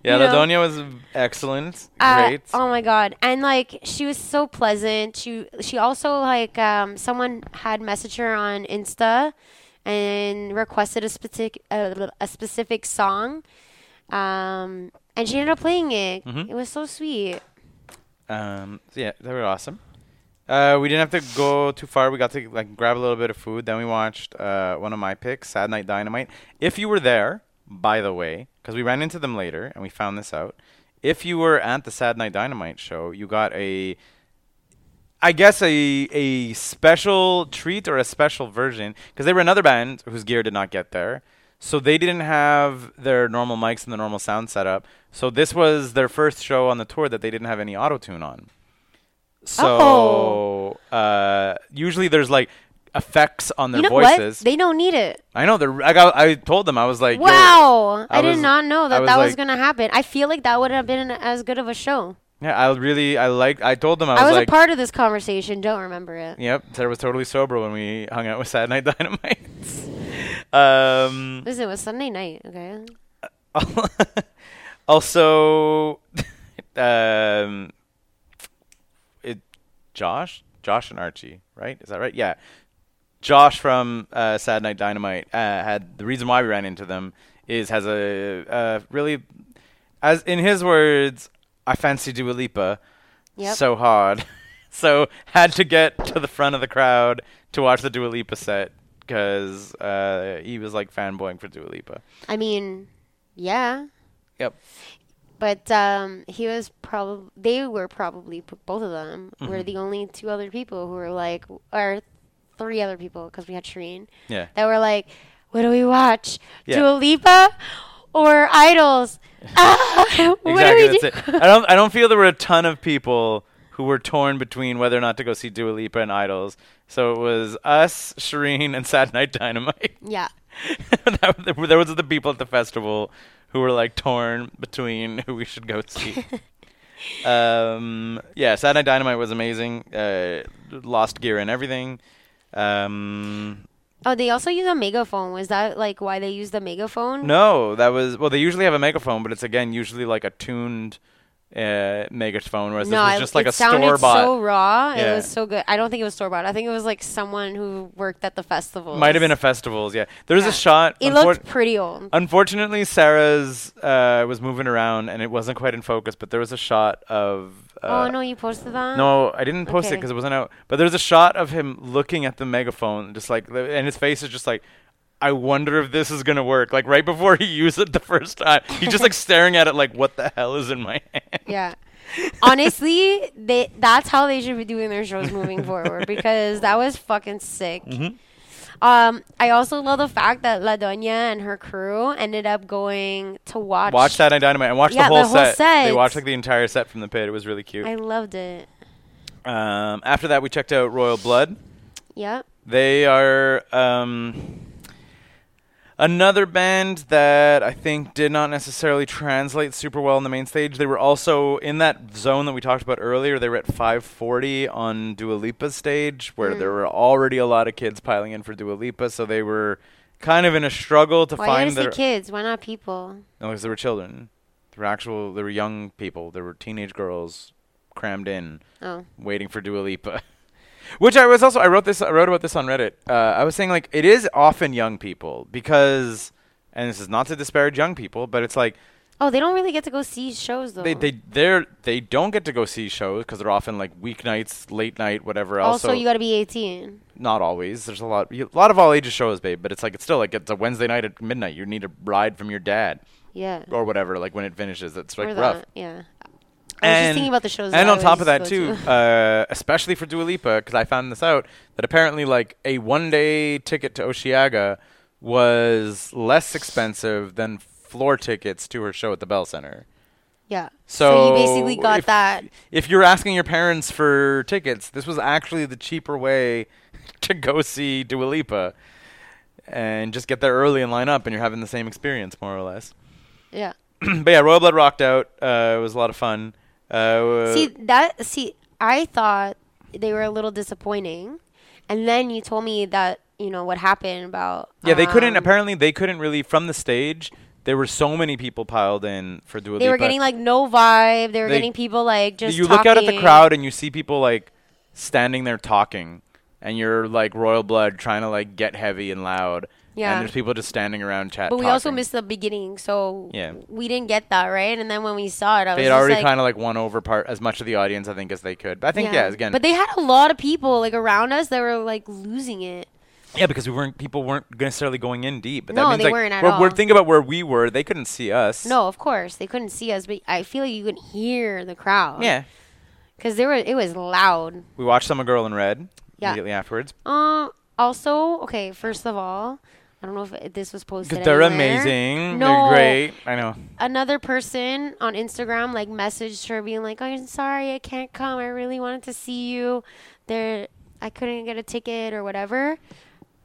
Speaker 2: Yeah,
Speaker 3: you know.
Speaker 2: Ladonia was excellent.
Speaker 3: Uh,
Speaker 2: Great.
Speaker 3: oh my god! And like she was so pleasant. She she also like um someone had messaged her on Insta, and requested a specific uh, a specific song, um and she ended up playing it.
Speaker 2: Mm-hmm.
Speaker 3: It was so sweet.
Speaker 2: Um, so yeah, they were awesome. Uh, we didn't have to go too far. We got to like grab a little bit of food. Then we watched uh, one of my picks, Sad Night Dynamite. If you were there, by the way, because we ran into them later and we found this out. If you were at the Sad Night Dynamite show, you got a, I guess a a special treat or a special version because they were another band whose gear did not get there, so they didn't have their normal mics and the normal sound setup. So this was their first show on the tour that they didn't have any auto tune on. So
Speaker 3: Oh.
Speaker 2: uh, usually there's like effects on their
Speaker 3: you know
Speaker 2: voices.
Speaker 3: what? They don't need it.
Speaker 2: I know. They're, I got. I told them I was like, yo-
Speaker 3: wow!
Speaker 2: I
Speaker 3: I,
Speaker 2: was-
Speaker 3: did not know
Speaker 2: I
Speaker 3: that
Speaker 2: was
Speaker 3: that was
Speaker 2: like-
Speaker 3: gonna happen. I feel like that wouldn't have been as good of a show.
Speaker 2: yeah, I really, I like. I told them I was,
Speaker 3: I was
Speaker 2: like,
Speaker 3: a part of this conversation. Don't remember it.
Speaker 2: yep. Sarah was totally sober when we hung out with Sad Night Dynamite. um,
Speaker 3: Listen, it was Sunday night. Okay.
Speaker 2: also, um, it, Josh, Josh and Archie, right? Is that right? Yeah. Josh from uh, Sad Night Dynamite uh, had the reason why we ran into them is has a uh, really, as in his words, I fancy Dua Lipa
Speaker 3: Yep.
Speaker 2: so hard, so had to get to the front of the crowd to watch the Dua Lipa set because uh, he was like fanboying for Dua Lipa.
Speaker 3: I mean, yeah,
Speaker 2: Yep.
Speaker 3: but um, he was probably they were probably p- both of them
Speaker 2: Mm-hmm.
Speaker 3: were the only two other people who were like, or three other people because we had Shireen
Speaker 2: Yeah.
Speaker 3: that were like, what do we watch?
Speaker 2: Yeah.
Speaker 3: Dua Lipa or Idols? Ah,
Speaker 2: exactly.
Speaker 3: what do we
Speaker 2: that's
Speaker 3: do?
Speaker 2: it. I don't. I don't feel there were a ton of people who were torn between whether or not to go see Dua Lipa and Idols. So it was us, Shireen, and Sad Night Dynamite.
Speaker 3: yeah,
Speaker 2: That were- Those were the people at the festival who were like torn between who we should go see. um, yeah, Sad Night Dynamite was amazing. Uh, lost gear and everything. Um,
Speaker 3: Oh, they also use a megaphone. Was that like why they use the megaphone?
Speaker 2: No, that was well. They usually have a megaphone, but it's again usually like a tuned uh, megaphone, whereas
Speaker 3: No,
Speaker 2: this
Speaker 3: I-
Speaker 2: was just like
Speaker 3: it
Speaker 2: a
Speaker 3: sounded
Speaker 2: store bought.
Speaker 3: so raw.
Speaker 2: Yeah.
Speaker 3: It was so good. I don't think it was store bought. I think it was like someone who worked at the festival.
Speaker 2: Might have been a festivals. Yeah, there was a shot. unfor-
Speaker 3: It
Speaker 2: Uh,
Speaker 3: looked pretty old.
Speaker 2: Unfortunately, Sarah's uh, was moving around and it wasn't quite in focus. But there was a shot of. Uh,
Speaker 3: oh no, you posted that.
Speaker 2: No, I didn't post it 'cause it
Speaker 3: Okay.
Speaker 2: because it wasn't out. But there's a shot of him looking at the megaphone, just like, and his face is just like, I wonder if this is gonna work. Like right before he used it the first time, he's just like staring at it, like, what the hell is in my hand?
Speaker 3: Yeah. Honestly, they that's how they should be doing their shows moving forward because that was fucking sick.
Speaker 2: Mm-hmm.
Speaker 3: Um, I also love the fact that La Doña and her crew ended up going to watch.
Speaker 2: Watch Saturday Night Dynamite and watch
Speaker 3: Yeah,
Speaker 2: the whole
Speaker 3: the whole
Speaker 2: set. They
Speaker 3: set.
Speaker 2: watched like the entire set from the pit. It was really cute.
Speaker 3: I loved it.
Speaker 2: Um, after that, we checked out Royal Blood.
Speaker 3: Yep.
Speaker 2: They are um, another band that I think did not necessarily translate super well on the main stage. They were also in that zone that we talked about earlier. They were at 540 on Dua Lipa's stage, where
Speaker 3: Hmm.
Speaker 2: there were already a lot of kids piling in for Dua Lipa, so they were kind of in a struggle to
Speaker 3: Why
Speaker 2: find
Speaker 3: did
Speaker 2: their
Speaker 3: I say kids? Why not people?
Speaker 2: No, because they were children. They were actual. They were young people. There were teenage girls crammed in,
Speaker 3: Oh.
Speaker 2: waiting for Dua Lipa. Which I was also. I wrote this. I wrote about this on Reddit. Uh, I was saying like it is often young people because, and this is not to disparage young people, but it's like
Speaker 3: Oh, they don't really get to go see shows though.
Speaker 2: they they they're they don't get to go see shows because they're often like weeknights, late night, whatever else.
Speaker 3: also,
Speaker 2: So
Speaker 3: you got to be 18.
Speaker 2: not always. There's a lot a lot of all ages shows, babe. But it's like it's still like it's a Wednesday night at midnight. You need a ride from your dad
Speaker 3: Yeah.
Speaker 2: or whatever. Like when it finishes, it's like
Speaker 3: Or
Speaker 2: rough.
Speaker 3: that, Yeah. I was
Speaker 2: and,
Speaker 3: just thinking about the shows.
Speaker 2: And
Speaker 3: that I
Speaker 2: on top
Speaker 3: always
Speaker 2: of that
Speaker 3: go
Speaker 2: too,
Speaker 3: to.
Speaker 2: uh, especially for Dua Lipa, because I found this out that apparently like a one day ticket to Oshiaga was less expensive than floor tickets to her show at the Bell Center.
Speaker 3: yeah.
Speaker 2: So,
Speaker 3: you basically got
Speaker 2: if-
Speaker 3: that.
Speaker 2: If you're asking your parents for tickets, this was actually the cheaper way to go see Dua Lipa. and just get there early and line up, and you're having the same experience more or less.
Speaker 3: Yeah.
Speaker 2: but yeah, Royal Blood rocked out. Uh, it was a lot of fun. Uh,
Speaker 3: See that? See, I thought they were a little disappointing, and then you told me that you know what happened about.
Speaker 2: yeah, they couldn't.
Speaker 3: um,
Speaker 2: Apparently, they couldn't really from the stage. There were so many people piled in for Dua
Speaker 3: They were
Speaker 2: Lipa.
Speaker 3: getting like no vibe. They were
Speaker 2: They-
Speaker 3: getting people like just.
Speaker 2: you look out at the
Speaker 3: talking.
Speaker 2: crowd and you see people like standing there talking, and you're like Royal Blood trying to like get heavy and loud.
Speaker 3: Yeah.
Speaker 2: And there's people just standing around chat.
Speaker 3: But we also
Speaker 2: talking.
Speaker 3: missed the beginning, so
Speaker 2: Yeah.
Speaker 3: we didn't get that right. And then when we saw it, I
Speaker 2: They had
Speaker 3: was just
Speaker 2: already
Speaker 3: like,
Speaker 2: kind of like won over part as much of the audience, I think, as they could. But I think, yeah, again,
Speaker 3: But they had a lot of people like around us that were like losing it.
Speaker 2: yeah, because we weren't people weren't necessarily going in deep. But that
Speaker 3: No,
Speaker 2: means
Speaker 3: they
Speaker 2: like
Speaker 3: weren't at
Speaker 2: we're, we're
Speaker 3: all.
Speaker 2: thinking about where we were. They couldn't see us.
Speaker 3: No, of course they couldn't see us, but I feel like you could hear the crowd.
Speaker 2: Yeah.
Speaker 3: because they were. It was loud.
Speaker 2: We watched Some a Girl in Red
Speaker 3: Yeah.
Speaker 2: immediately afterwards.
Speaker 3: Um. Also, okay. First of all, I don't know if it- this was posted.
Speaker 2: They're
Speaker 3: anywhere.
Speaker 2: amazing. They're
Speaker 3: No.
Speaker 2: great. I know.
Speaker 3: Another person on Instagram like messaged her being like, "I'm sorry, I can't come. I really wanted to see you. There, I couldn't get a ticket or whatever."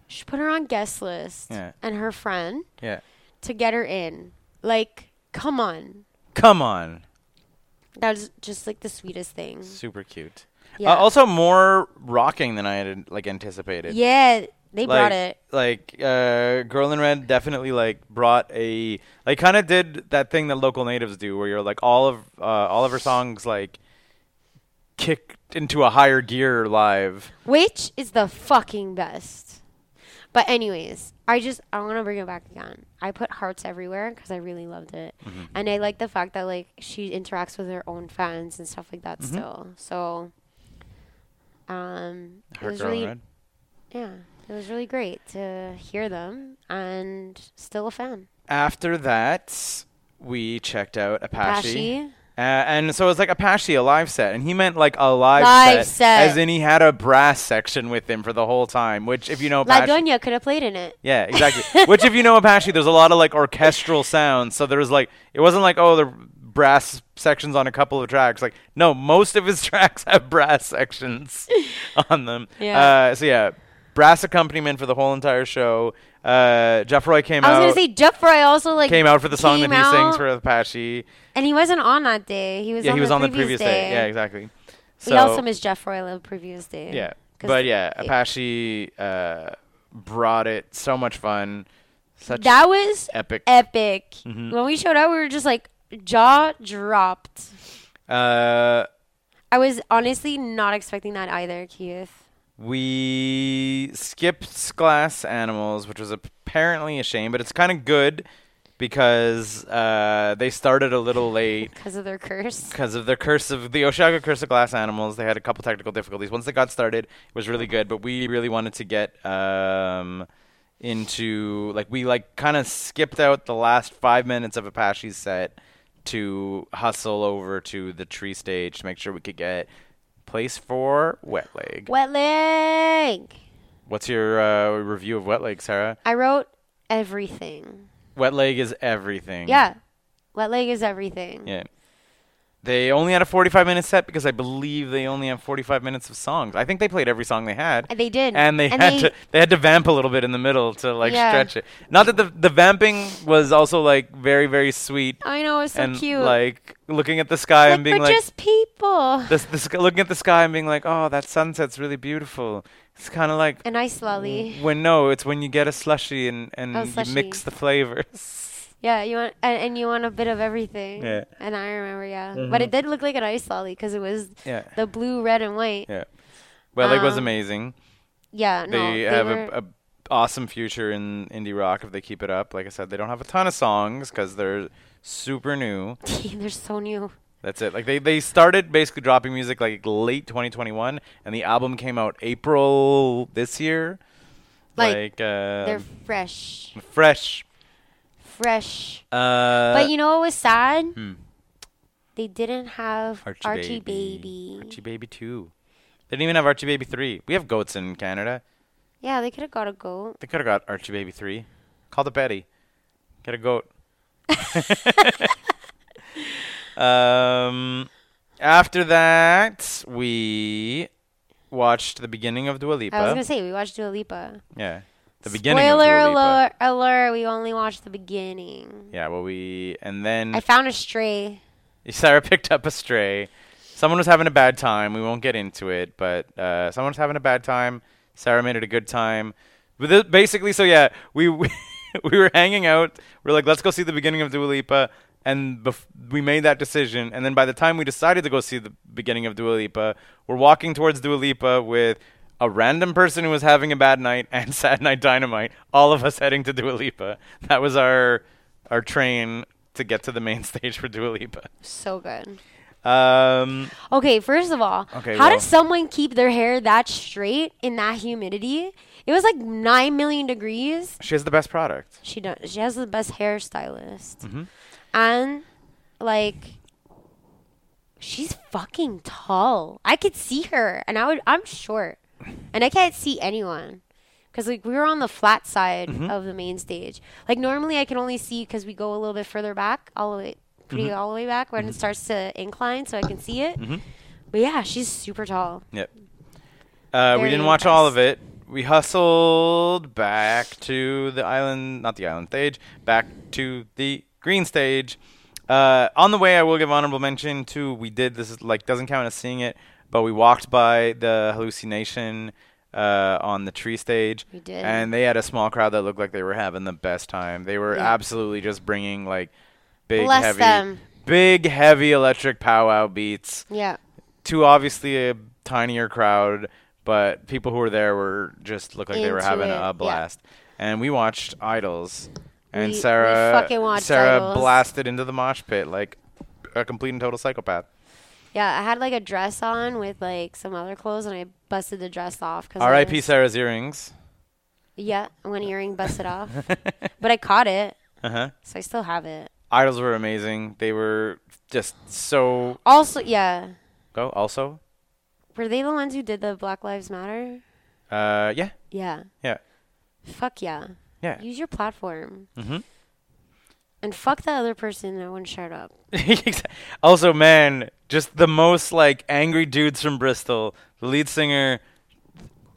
Speaker 3: She put her on guest list
Speaker 2: Yeah.
Speaker 3: and her friend
Speaker 2: Yeah.
Speaker 3: to get her in. Like, come on.
Speaker 2: Come on.
Speaker 3: That was just like the sweetest thing.
Speaker 2: Super cute.
Speaker 3: Yeah.
Speaker 2: Uh, also more rocking than I had like anticipated.
Speaker 3: Yeah, they
Speaker 2: like,
Speaker 3: brought it.
Speaker 2: Like uh, Girl in Red definitely like brought a like kind of did that thing that local natives do where you're like all of uh, all of her songs like kicked into a higher gear live.
Speaker 3: Which is the fucking best. But anyways, I just I want to bring it back again. I put hearts everywhere because I really loved it,
Speaker 2: Mm-hmm.
Speaker 3: and I like the fact that like she interacts with her own fans and stuff like that
Speaker 2: Mm-hmm.
Speaker 3: still. So, um, it
Speaker 2: Her
Speaker 3: was
Speaker 2: Girl
Speaker 3: really
Speaker 2: in Red.
Speaker 3: yeah, it was really great to hear them and still a fan.
Speaker 2: After that, we checked out Apache.
Speaker 3: Apache.
Speaker 2: Uh, and so it was like Apache, a live set, and he meant like a live,
Speaker 3: Live set.
Speaker 2: as in he had a brass section with him for the whole time. Which, if you know
Speaker 3: La
Speaker 2: Apache,
Speaker 3: Doña could have played in it.
Speaker 2: yeah, exactly. Which, if you know Apache, there's a lot of like orchestral sounds. So there was like, it wasn't like, oh, the brass sections on a couple of tracks. Like, no, most of his tracks have brass sections on them.
Speaker 3: Yeah.
Speaker 2: Uh, so yeah, brass accompaniment for the whole entire show. Uh, Jeff Roy came
Speaker 3: I was
Speaker 2: out.
Speaker 3: gonna say Jeff Fry also like
Speaker 2: came out for the song that
Speaker 3: came
Speaker 2: he sings
Speaker 3: out,
Speaker 2: for Apache.
Speaker 3: and he wasn't on that day. He was
Speaker 2: yeah,
Speaker 3: on
Speaker 2: he was
Speaker 3: the
Speaker 2: on the
Speaker 3: previous
Speaker 2: previous day. Yeah, exactly. So
Speaker 3: we also missed Jeff Roy on the previous day.
Speaker 2: yeah,
Speaker 3: 'Cause
Speaker 2: but yeah,
Speaker 3: it-
Speaker 2: Apache uh, brought it. So much fun. Such
Speaker 3: that was
Speaker 2: epic.
Speaker 3: epic.
Speaker 2: Mm-hmm.
Speaker 3: When we showed up, we were just like jaw dropped.
Speaker 2: uh,
Speaker 3: I was honestly not expecting that either, Keith.
Speaker 2: We skipped Glass Animals, which was apparently a shame, but it's kind of good because uh, they started a little late
Speaker 3: Because of their curse.
Speaker 2: because of the curse of the Oshaga curse of glass animals. They had a couple technical difficulties. Once they got started, it was really good, but we really wanted to get um, into like we like kind of skipped out the last five minutes of Apache's set to hustle over to the tree stage to make sure we could get place for Wet Leg.
Speaker 3: Wet leg.
Speaker 2: What's your uh, review of Wet Leg, Sarah?
Speaker 3: I wrote everything.
Speaker 2: Wet Leg is everything.
Speaker 3: Yeah. Wet leg is everything.
Speaker 2: Mm-hmm. Yeah. They only had a 45 minute set because I believe they only have 45 minutes of songs. I think they played every song they had.
Speaker 3: And they did.
Speaker 2: And they
Speaker 3: And
Speaker 2: had
Speaker 3: they-
Speaker 2: to they had to vamp a little bit in the middle to like
Speaker 3: Yeah.
Speaker 2: stretch it. Not that the the vamping was also like very very sweet
Speaker 3: I know, it's so
Speaker 2: and
Speaker 3: cute.
Speaker 2: like looking at the sky
Speaker 3: Like,
Speaker 2: and being
Speaker 3: we're
Speaker 2: like
Speaker 3: just people.
Speaker 2: this, this looking at the sky and being like, "Oh, that sunset's really beautiful." It's kind of like
Speaker 3: And I slowly.
Speaker 2: when no, it's when you get a slushy and and
Speaker 3: Oh,
Speaker 2: you mix
Speaker 3: slushie.
Speaker 2: the flavors.
Speaker 3: Yeah, you want and, and you want a bit of everything.
Speaker 2: Yeah. Mm-hmm.
Speaker 3: And I remember, yeah. But it did look like an ice lolly because it was
Speaker 2: Yeah.
Speaker 3: the blue, red, and white.
Speaker 2: Yeah. Well, it was
Speaker 3: Um,
Speaker 2: amazing.
Speaker 3: Yeah, no,
Speaker 2: they
Speaker 3: they
Speaker 2: have
Speaker 3: were-
Speaker 2: a, a awesome future in indie rock if they keep it up. Like I said, they don't have a ton of songs because they're super new.
Speaker 3: they're so new.
Speaker 2: That's it. Like they, they started basically dropping music like late 2021, and the album came out April this year.
Speaker 3: Like,
Speaker 2: Like, uh,
Speaker 3: They're fresh,
Speaker 2: fresh.
Speaker 3: fresh.
Speaker 2: Uh,
Speaker 3: but you know what was sad?
Speaker 2: hmm.
Speaker 3: They didn't have Archie, Baby.
Speaker 2: Archie Baby two. They didn't even have Archie Baby three. We have goats in Canada.
Speaker 3: Yeah, they could have got a goat.
Speaker 2: They could have got Archie Baby three. Call the Betty. Get a goat. um, after that, we watched the beginning of Dua Lipa.
Speaker 3: I was gonna say we watched Dua Lipa.
Speaker 2: yeah, The beginning. of
Speaker 3: Spoiler
Speaker 2: Dua Lipa.
Speaker 3: alert! Alert! We only watched the beginning.
Speaker 2: Yeah. Well, we and then
Speaker 3: I found a stray.
Speaker 2: Sarah picked up a stray. Someone was having a bad time. We won't get into it, but uh, someone was having a bad time. Sarah made it a good time. But th- basically, so yeah, we we, we were hanging out. We are like, let's go see the beginning of Dua Lipa. And bef- we made that decision. And then by the time we decided to go see the beginning of Dua Lipa, we're walking towards Dua Lipa with a random person who was having a bad night and Sad Night Dynamite, all of us heading to Dua Lipa. That was our, our train to get to the main stage for Dua Lipa.
Speaker 3: So good.
Speaker 2: Um,
Speaker 3: Okay, first of all,
Speaker 2: Okay,
Speaker 3: how
Speaker 2: well-
Speaker 3: does someone keep their hair that straight in that humidity? It was like nine million degrees.
Speaker 2: she has the best product.
Speaker 3: She does. She has the best hairstylist, and like, she's fucking tall. I could see her, and I would. I'm short, and I can't see anyone, because like we were on the flat side of the main stage. Like normally, I can only see because we go a little bit further back, all the way, pretty all the way back when it starts to incline, so I can see it. But yeah, she's super tall.
Speaker 2: Yep. Uh, we
Speaker 3: Very
Speaker 2: didn't watch all of it. We hustled back to the island, not the island stage, back to the green stage. Uh, on the way, I will give honorable mention to we did this is like doesn't count as seeing it, but we walked by the hallucination uh, on the tree stage.
Speaker 3: We did.
Speaker 2: and they had a small crowd that looked like they were having the best time. They were
Speaker 3: Yeah.
Speaker 2: absolutely just bringing like big
Speaker 3: Bless
Speaker 2: heavy,
Speaker 3: them.
Speaker 2: big heavy electric powwow beats
Speaker 3: Yeah.
Speaker 2: to obviously a tinier crowd, but people who were there were just looked like they were
Speaker 3: Into
Speaker 2: having
Speaker 3: it, yeah.
Speaker 2: a blast. And we watched Idols, and
Speaker 3: We- we
Speaker 2: Sarah
Speaker 3: fucking watched
Speaker 2: Sarah
Speaker 3: Idols.
Speaker 2: blasted into the mosh pit like a complete and total psychopath.
Speaker 3: Yeah, I had like a dress on with like some other clothes, and I busted the dress off. Cause I
Speaker 2: R.I.P.
Speaker 3: was-
Speaker 2: Sarah's earrings.
Speaker 3: Yeah, one earring busted off, but I caught it,
Speaker 2: Uh huh.
Speaker 3: so I still have it.
Speaker 2: Uh-huh. Idols were amazing. They were just so.
Speaker 3: Also, yeah,
Speaker 2: Go also.
Speaker 3: were they the ones who did the Black Lives Matter?
Speaker 2: Uh yeah
Speaker 3: Yeah,
Speaker 2: yeah
Speaker 3: fuck yeah.
Speaker 2: yeah.
Speaker 3: Use your platform.
Speaker 2: Mhm.
Speaker 3: And fuck that other person that wouldn't shut up.
Speaker 2: Exa- also, man, just the most like angry dudes from Bristol. The lead singer,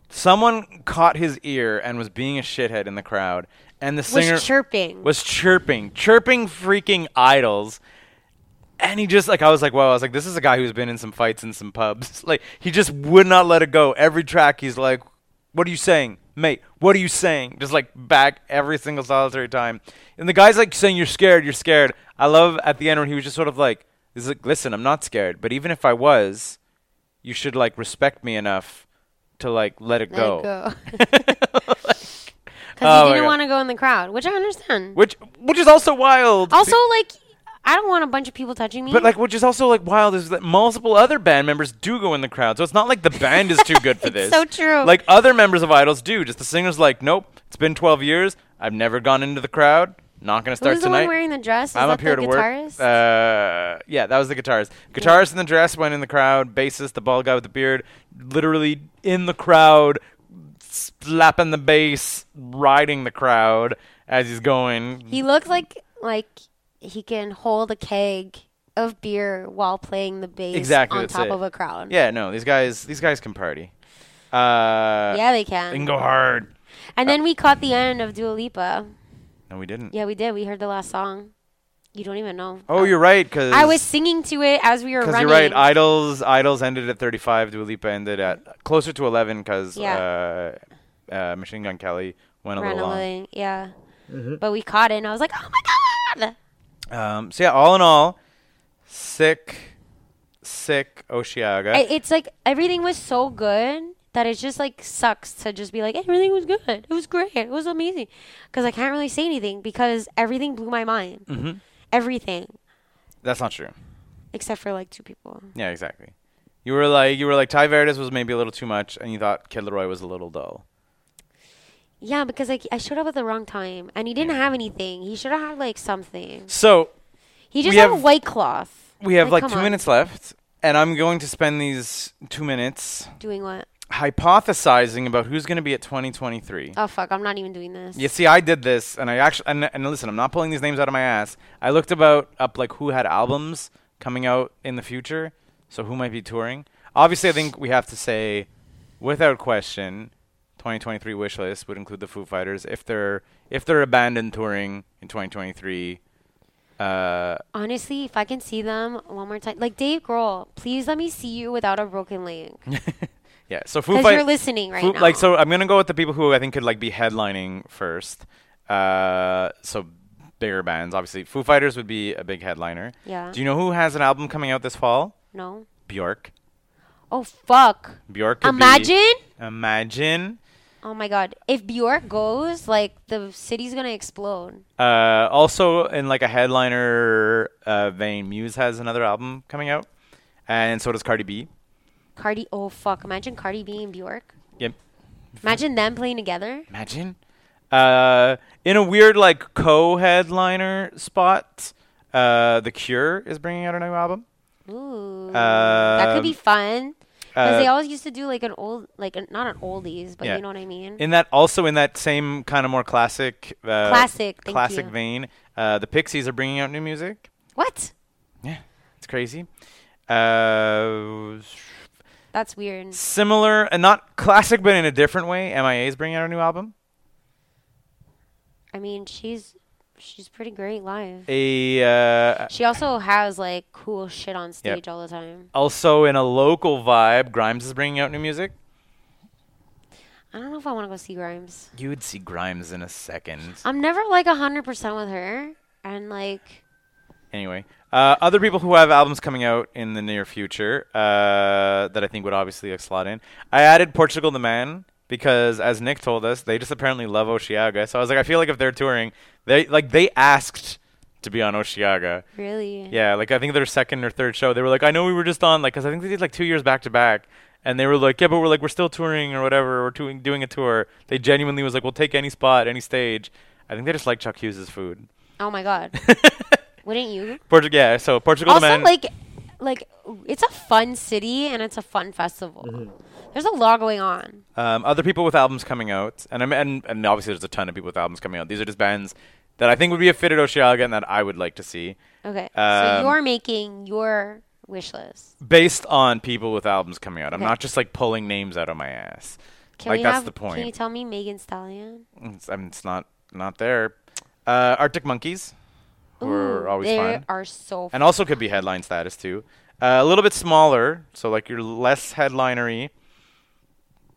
Speaker 2: someone caught his ear and was being a shithead in the crowd, and the singer
Speaker 3: was chirping.
Speaker 2: was chirping, chirping freaking idols. And he just like I was like, wow, I was like, this is a guy who's been in some fights in some pubs. like he just would not let it go. Every track he's like, What are you saying? Mate, what are you saying? Just like back every single solitary time. And the guy's like saying, You're scared, you're scared. I love at the end when he was just sort of like, This is like, listen, I'm not scared, but even if I was, you should like respect me enough to like let it
Speaker 3: Let
Speaker 2: go.
Speaker 3: it go.
Speaker 2: Oh
Speaker 3: Because
Speaker 2: my
Speaker 3: he didn't
Speaker 2: God.
Speaker 3: want to go in the crowd, which I understand.
Speaker 2: Which which is also wild.
Speaker 3: also, like, I don't want a bunch of people touching me.
Speaker 2: But like, which is also like wild is that multiple other band members do go in the crowd, so it's not like the band is too good for
Speaker 3: It's
Speaker 2: this.
Speaker 3: so true.
Speaker 2: Like other members of Idols do. Just the singer's like, nope, it's been 12 years. I've never gone into the crowd. Not gonna start
Speaker 3: who's the
Speaker 2: tonight.
Speaker 3: one wearing the dress? Is
Speaker 2: I'm
Speaker 3: that
Speaker 2: up here
Speaker 3: the
Speaker 2: to
Speaker 3: guitarist?
Speaker 2: work. Uh, yeah, that was the guitarist. Guitarist in the dress went in the crowd. Bassist, the bald guy with the beard, literally in the crowd, slapping the bass, riding the crowd as he's going.
Speaker 3: He looks like like he can hold a keg of beer while playing the bass
Speaker 2: Exactly,
Speaker 3: on
Speaker 2: that's
Speaker 3: top
Speaker 2: it.
Speaker 3: of a crowd.
Speaker 2: yeah, no, these guys, these guys can party. Uh,
Speaker 3: Yeah,
Speaker 2: They
Speaker 3: they can.
Speaker 2: can go hard.
Speaker 3: And then we caught the end of Dua Lipa.
Speaker 2: No, we didn't.
Speaker 3: Yeah, we did. We heard the last song. You don't even know.
Speaker 2: Oh, you're right. Cause
Speaker 3: I was singing to it as we were
Speaker 2: Because
Speaker 3: running.
Speaker 2: you're right. Idols. Idols ended at 35. Dua Lipa ended at closer to 11. Because uh, uh, Machine Gun Kelly went a
Speaker 3: Ran
Speaker 2: little long.
Speaker 3: away. Yeah. But we caught it, and I was like, oh my God.
Speaker 2: Um, so yeah, all in all, sick, sick Oshiaga.
Speaker 3: I, it's like everything was so good that it just like sucks to just be like everything was good. It was great. It was amazing. Because I can't really say anything because everything blew my mind. Everything
Speaker 2: Mm-hmm. That's not true.
Speaker 3: except for like two people.
Speaker 2: Yeah, exactly. You were like, you were like, Ty Verdes was maybe a little too much, and you thought Kid Leroy was a little dull.
Speaker 3: Yeah, because like I showed up at the wrong time and he didn't have anything. He should have had like something.
Speaker 2: So
Speaker 3: He just
Speaker 2: We
Speaker 3: had a
Speaker 2: have-
Speaker 3: white cloth.
Speaker 2: we have like,
Speaker 3: Like, come
Speaker 2: two
Speaker 3: on.
Speaker 2: minutes left, and I'm going to spend these two minutes
Speaker 3: Doing what?
Speaker 2: hypothesizing about who's going to be at 2023.
Speaker 3: Oh fuck! I'm not even doing this.
Speaker 2: You see, I did this, and I actually and, and listen, I'm not pulling these names out of my ass. I looked about up like who had albums coming out in the future, so who might be touring. Obviously, I think we have to say, without question, 2023 wish list would include the Foo Fighters if they're if they're abandoned touring in 2023. Uh,
Speaker 3: Honestly, if I can see them one more time, like Dave Grohl, please let me see you without a broken leg.
Speaker 2: yeah, so Foo
Speaker 3: Because
Speaker 2: Fighters.
Speaker 3: you're listening right now.
Speaker 2: Like, so I'm gonna go with the people who I think could like be headlining first. Uh, so bigger bands, obviously. Foo Fighters would be a big headliner.
Speaker 3: Yeah.
Speaker 2: Do you know who has an album coming out this fall?
Speaker 3: no.
Speaker 2: Bjork.
Speaker 3: Oh fuck.
Speaker 2: Bjork. could be-
Speaker 3: Imagine.
Speaker 2: Imagine.
Speaker 3: Oh my god. If Bjork goes, like the city's gonna explode.
Speaker 2: Uh, also, in like a headliner uh, vein, Muse has another album coming out, and so does Cardi B.
Speaker 3: Cardi. Oh fuck. Imagine Cardi B and Bjork.
Speaker 2: Yep.
Speaker 3: Imagine them playing together.
Speaker 2: Imagine. Uh, in a weird like co-headliner spot, uh, The Cure is bringing out a new album.
Speaker 3: Ooh. that could be
Speaker 2: Um,
Speaker 3: fun. Because they
Speaker 2: uh,
Speaker 3: always used to do like an old, like an, not an oldies, but
Speaker 2: Yeah.
Speaker 3: you know what I mean.
Speaker 2: In that, also in that same kind of more classic, uh,
Speaker 3: Classic, thank
Speaker 2: classic
Speaker 3: you.
Speaker 2: vein, uh, the Pixies are bringing out new music.
Speaker 3: what?
Speaker 2: Yeah, it's crazy. Uh,
Speaker 3: That's weird.
Speaker 2: similar and not classic, but in a different way. MIA is bringing out a new album.
Speaker 3: I mean, she's she's pretty great live.
Speaker 2: A uh,
Speaker 3: She also has like cool shit on stage all the time.
Speaker 2: also in a local vibe, Grimes is bringing out new music.
Speaker 3: I don't know if I want to go see Grimes.
Speaker 2: You would see Grimes in a second.
Speaker 3: I'm never like hundred percent with her, and like
Speaker 2: Anyway, uh, other people who have albums coming out in the near future uh, that I think would obviously like, slot in. I added Portugal the Man because, as Nick told us, they just apparently love Oceaga. So I was like, I feel like if they're touring, they like they asked to be on Oceaga.
Speaker 3: really,
Speaker 2: Yeah, like I think their second or third show, they were like, I know we were just on, like, because I think they did like two years back to back, and they were like, yeah, but we're like, we're still touring or whatever, we're doing doing a tour. They genuinely was like, we'll take any spot, any stage. I think they just like Chuck Hughes's food.
Speaker 3: Oh my god, wouldn't you?
Speaker 2: Portugal, yeah. So Portugal, the
Speaker 3: Also,
Speaker 2: man.
Speaker 3: like, like it's a fun city and it's a fun festival.
Speaker 2: Mm-hmm.
Speaker 3: There's a lot going on.
Speaker 2: um, other people with albums coming out, and I'm and, and obviously there's a ton of people with albums coming out. These are just bands that I think would be a fit at Oceaga and that I would like to see,
Speaker 3: Okay, so
Speaker 2: Um,
Speaker 3: you're making your wish list.
Speaker 2: based on people with albums coming out. I'm
Speaker 3: Okay.
Speaker 2: not just like pulling names out of my ass.
Speaker 3: Can
Speaker 2: like
Speaker 3: we
Speaker 2: that's
Speaker 3: have,
Speaker 2: the point.
Speaker 3: Can you tell me Megan Stallion?
Speaker 2: It's, I mean, it's not not there. Uh, Arctic Monkeys were
Speaker 3: Ooh,
Speaker 2: always
Speaker 3: they
Speaker 2: fun,
Speaker 3: are so
Speaker 2: and also could be headline status too. Uh, a little bit smaller, so like you're less headlinery.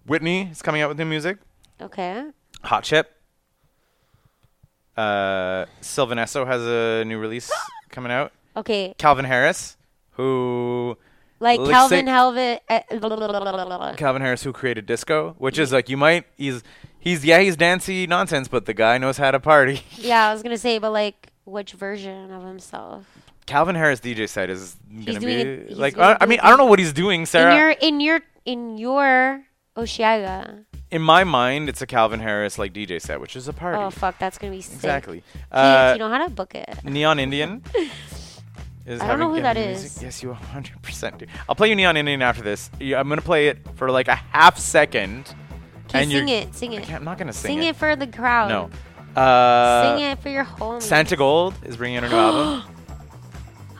Speaker 2: Whitney is coming out with new music.
Speaker 3: Okay.
Speaker 2: Hot Chip. Uh, Sylvanesso has a new release coming out.
Speaker 3: Okay.
Speaker 2: Calvin Harris, who
Speaker 3: Like
Speaker 2: Like,
Speaker 3: Calvin
Speaker 2: say-
Speaker 3: Helvet. eh, blah, blah, blah, blah, blah, blah, blah.
Speaker 2: Calvin Harris who created disco, which is like you might he's he's yeah he's dancey nonsense, but the guy knows how to party.
Speaker 3: Yeah, I was going to say, but like, which version of himself?
Speaker 2: Calvin Harris DJ set is gonna
Speaker 3: doing
Speaker 2: be
Speaker 3: it- he's
Speaker 2: like
Speaker 3: gonna
Speaker 2: I, I
Speaker 3: do
Speaker 2: mean
Speaker 3: it.
Speaker 2: I don't know what he's doing, Sarah.
Speaker 3: In your, in your, in your Oceaga.
Speaker 2: In my mind, it's a Calvin Harris like DJ set, which is a party.
Speaker 3: Oh, fuck. That's going to be sick.
Speaker 2: exactly.
Speaker 3: Jeez,
Speaker 2: Uh,
Speaker 3: you know how to book it.
Speaker 2: Neon Indian. Is
Speaker 3: I don't know
Speaker 2: having-
Speaker 3: who that
Speaker 2: having music-
Speaker 3: is.
Speaker 2: Yes, you 100% do. I'll play you Neon Indian after this. You- I'm going to play it for like a half second.
Speaker 3: Okay,
Speaker 2: and
Speaker 3: sing
Speaker 2: you're-
Speaker 3: it. Sing
Speaker 2: I
Speaker 3: it.
Speaker 2: can't, I'm not going to sing,
Speaker 3: Sing it for the crowd.
Speaker 2: No. Uh,
Speaker 3: sing it for your home.
Speaker 2: Santa Gold is bringing out a new album.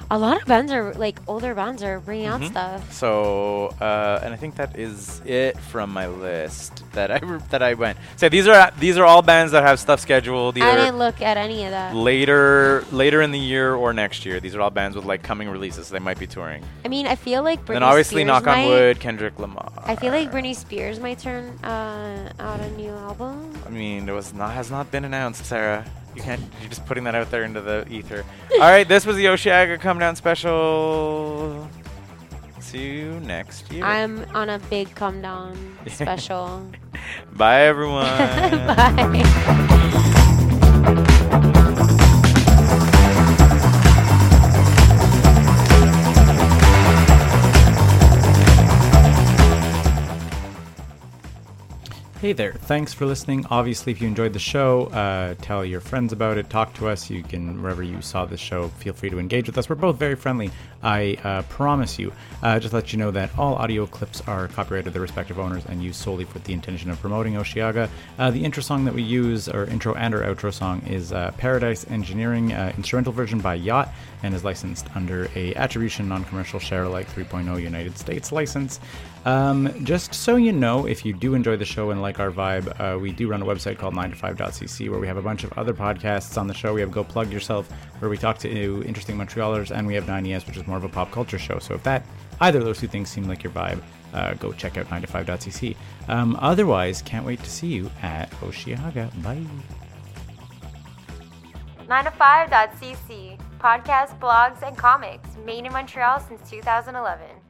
Speaker 3: A lot of bands are, like, older bands are bringing out
Speaker 2: Mhm.
Speaker 3: stuff.
Speaker 2: So, uh, and I think that is it from my list that I that I went. So these are these are all bands that have stuff scheduled
Speaker 3: I
Speaker 2: either
Speaker 3: didn't look at any of that.
Speaker 2: later later in the year or next year. These are all bands with like coming releases. They might be touring.
Speaker 3: I mean, I feel like Britney
Speaker 2: and then obviously,
Speaker 3: Spears
Speaker 2: knock
Speaker 3: might,
Speaker 2: on wood, Kendrick Lamar.
Speaker 3: I feel like Britney Spears might turn uh, out a new album.
Speaker 2: I mean, there was not has not been announced, Sarah. You can't. You're just putting that out there into the ether. all right, this was the Oceaga Come Down special. See you next year.
Speaker 3: I'm on a big come down special.
Speaker 2: Bye, everyone. Uh,
Speaker 3: Bye.
Speaker 4: Hey there. Thanks for listening. Obviously, if you enjoyed the show, uh, tell your friends about it. Talk to us. You can, wherever you saw this show, feel free to engage with us. We're both very friendly. I uh, promise you. Uh, just let you know that all audio clips are copyrighted to their respective owners and used solely with the intention of promoting Oceaga. Uh, the intro song that we use, or intro and or outro song, is uh, Paradise Engineering uh, instrumental version by Yacht
Speaker 2: oh
Speaker 4: and is licensed under a attribution non-commercial share alike 3.0 United States license.
Speaker 2: Um, just so you know, if you do enjoy the show and like our vibe, uh, we do run a website called 9to5.cc where we have a bunch of other podcasts on the show. We have Go Plug Yourself, where we talk to interesting Montrealers, and we have 9ES, which is more of a pop culture show. So if that either of those two things seem like your vibe, uh, go check out 9to5.cc. Um, otherwise, can't wait to see you at Oshiaga. Bye.
Speaker 1: 9to5.cc, podcasts, blogs, and comics, made in Montreal since 2011.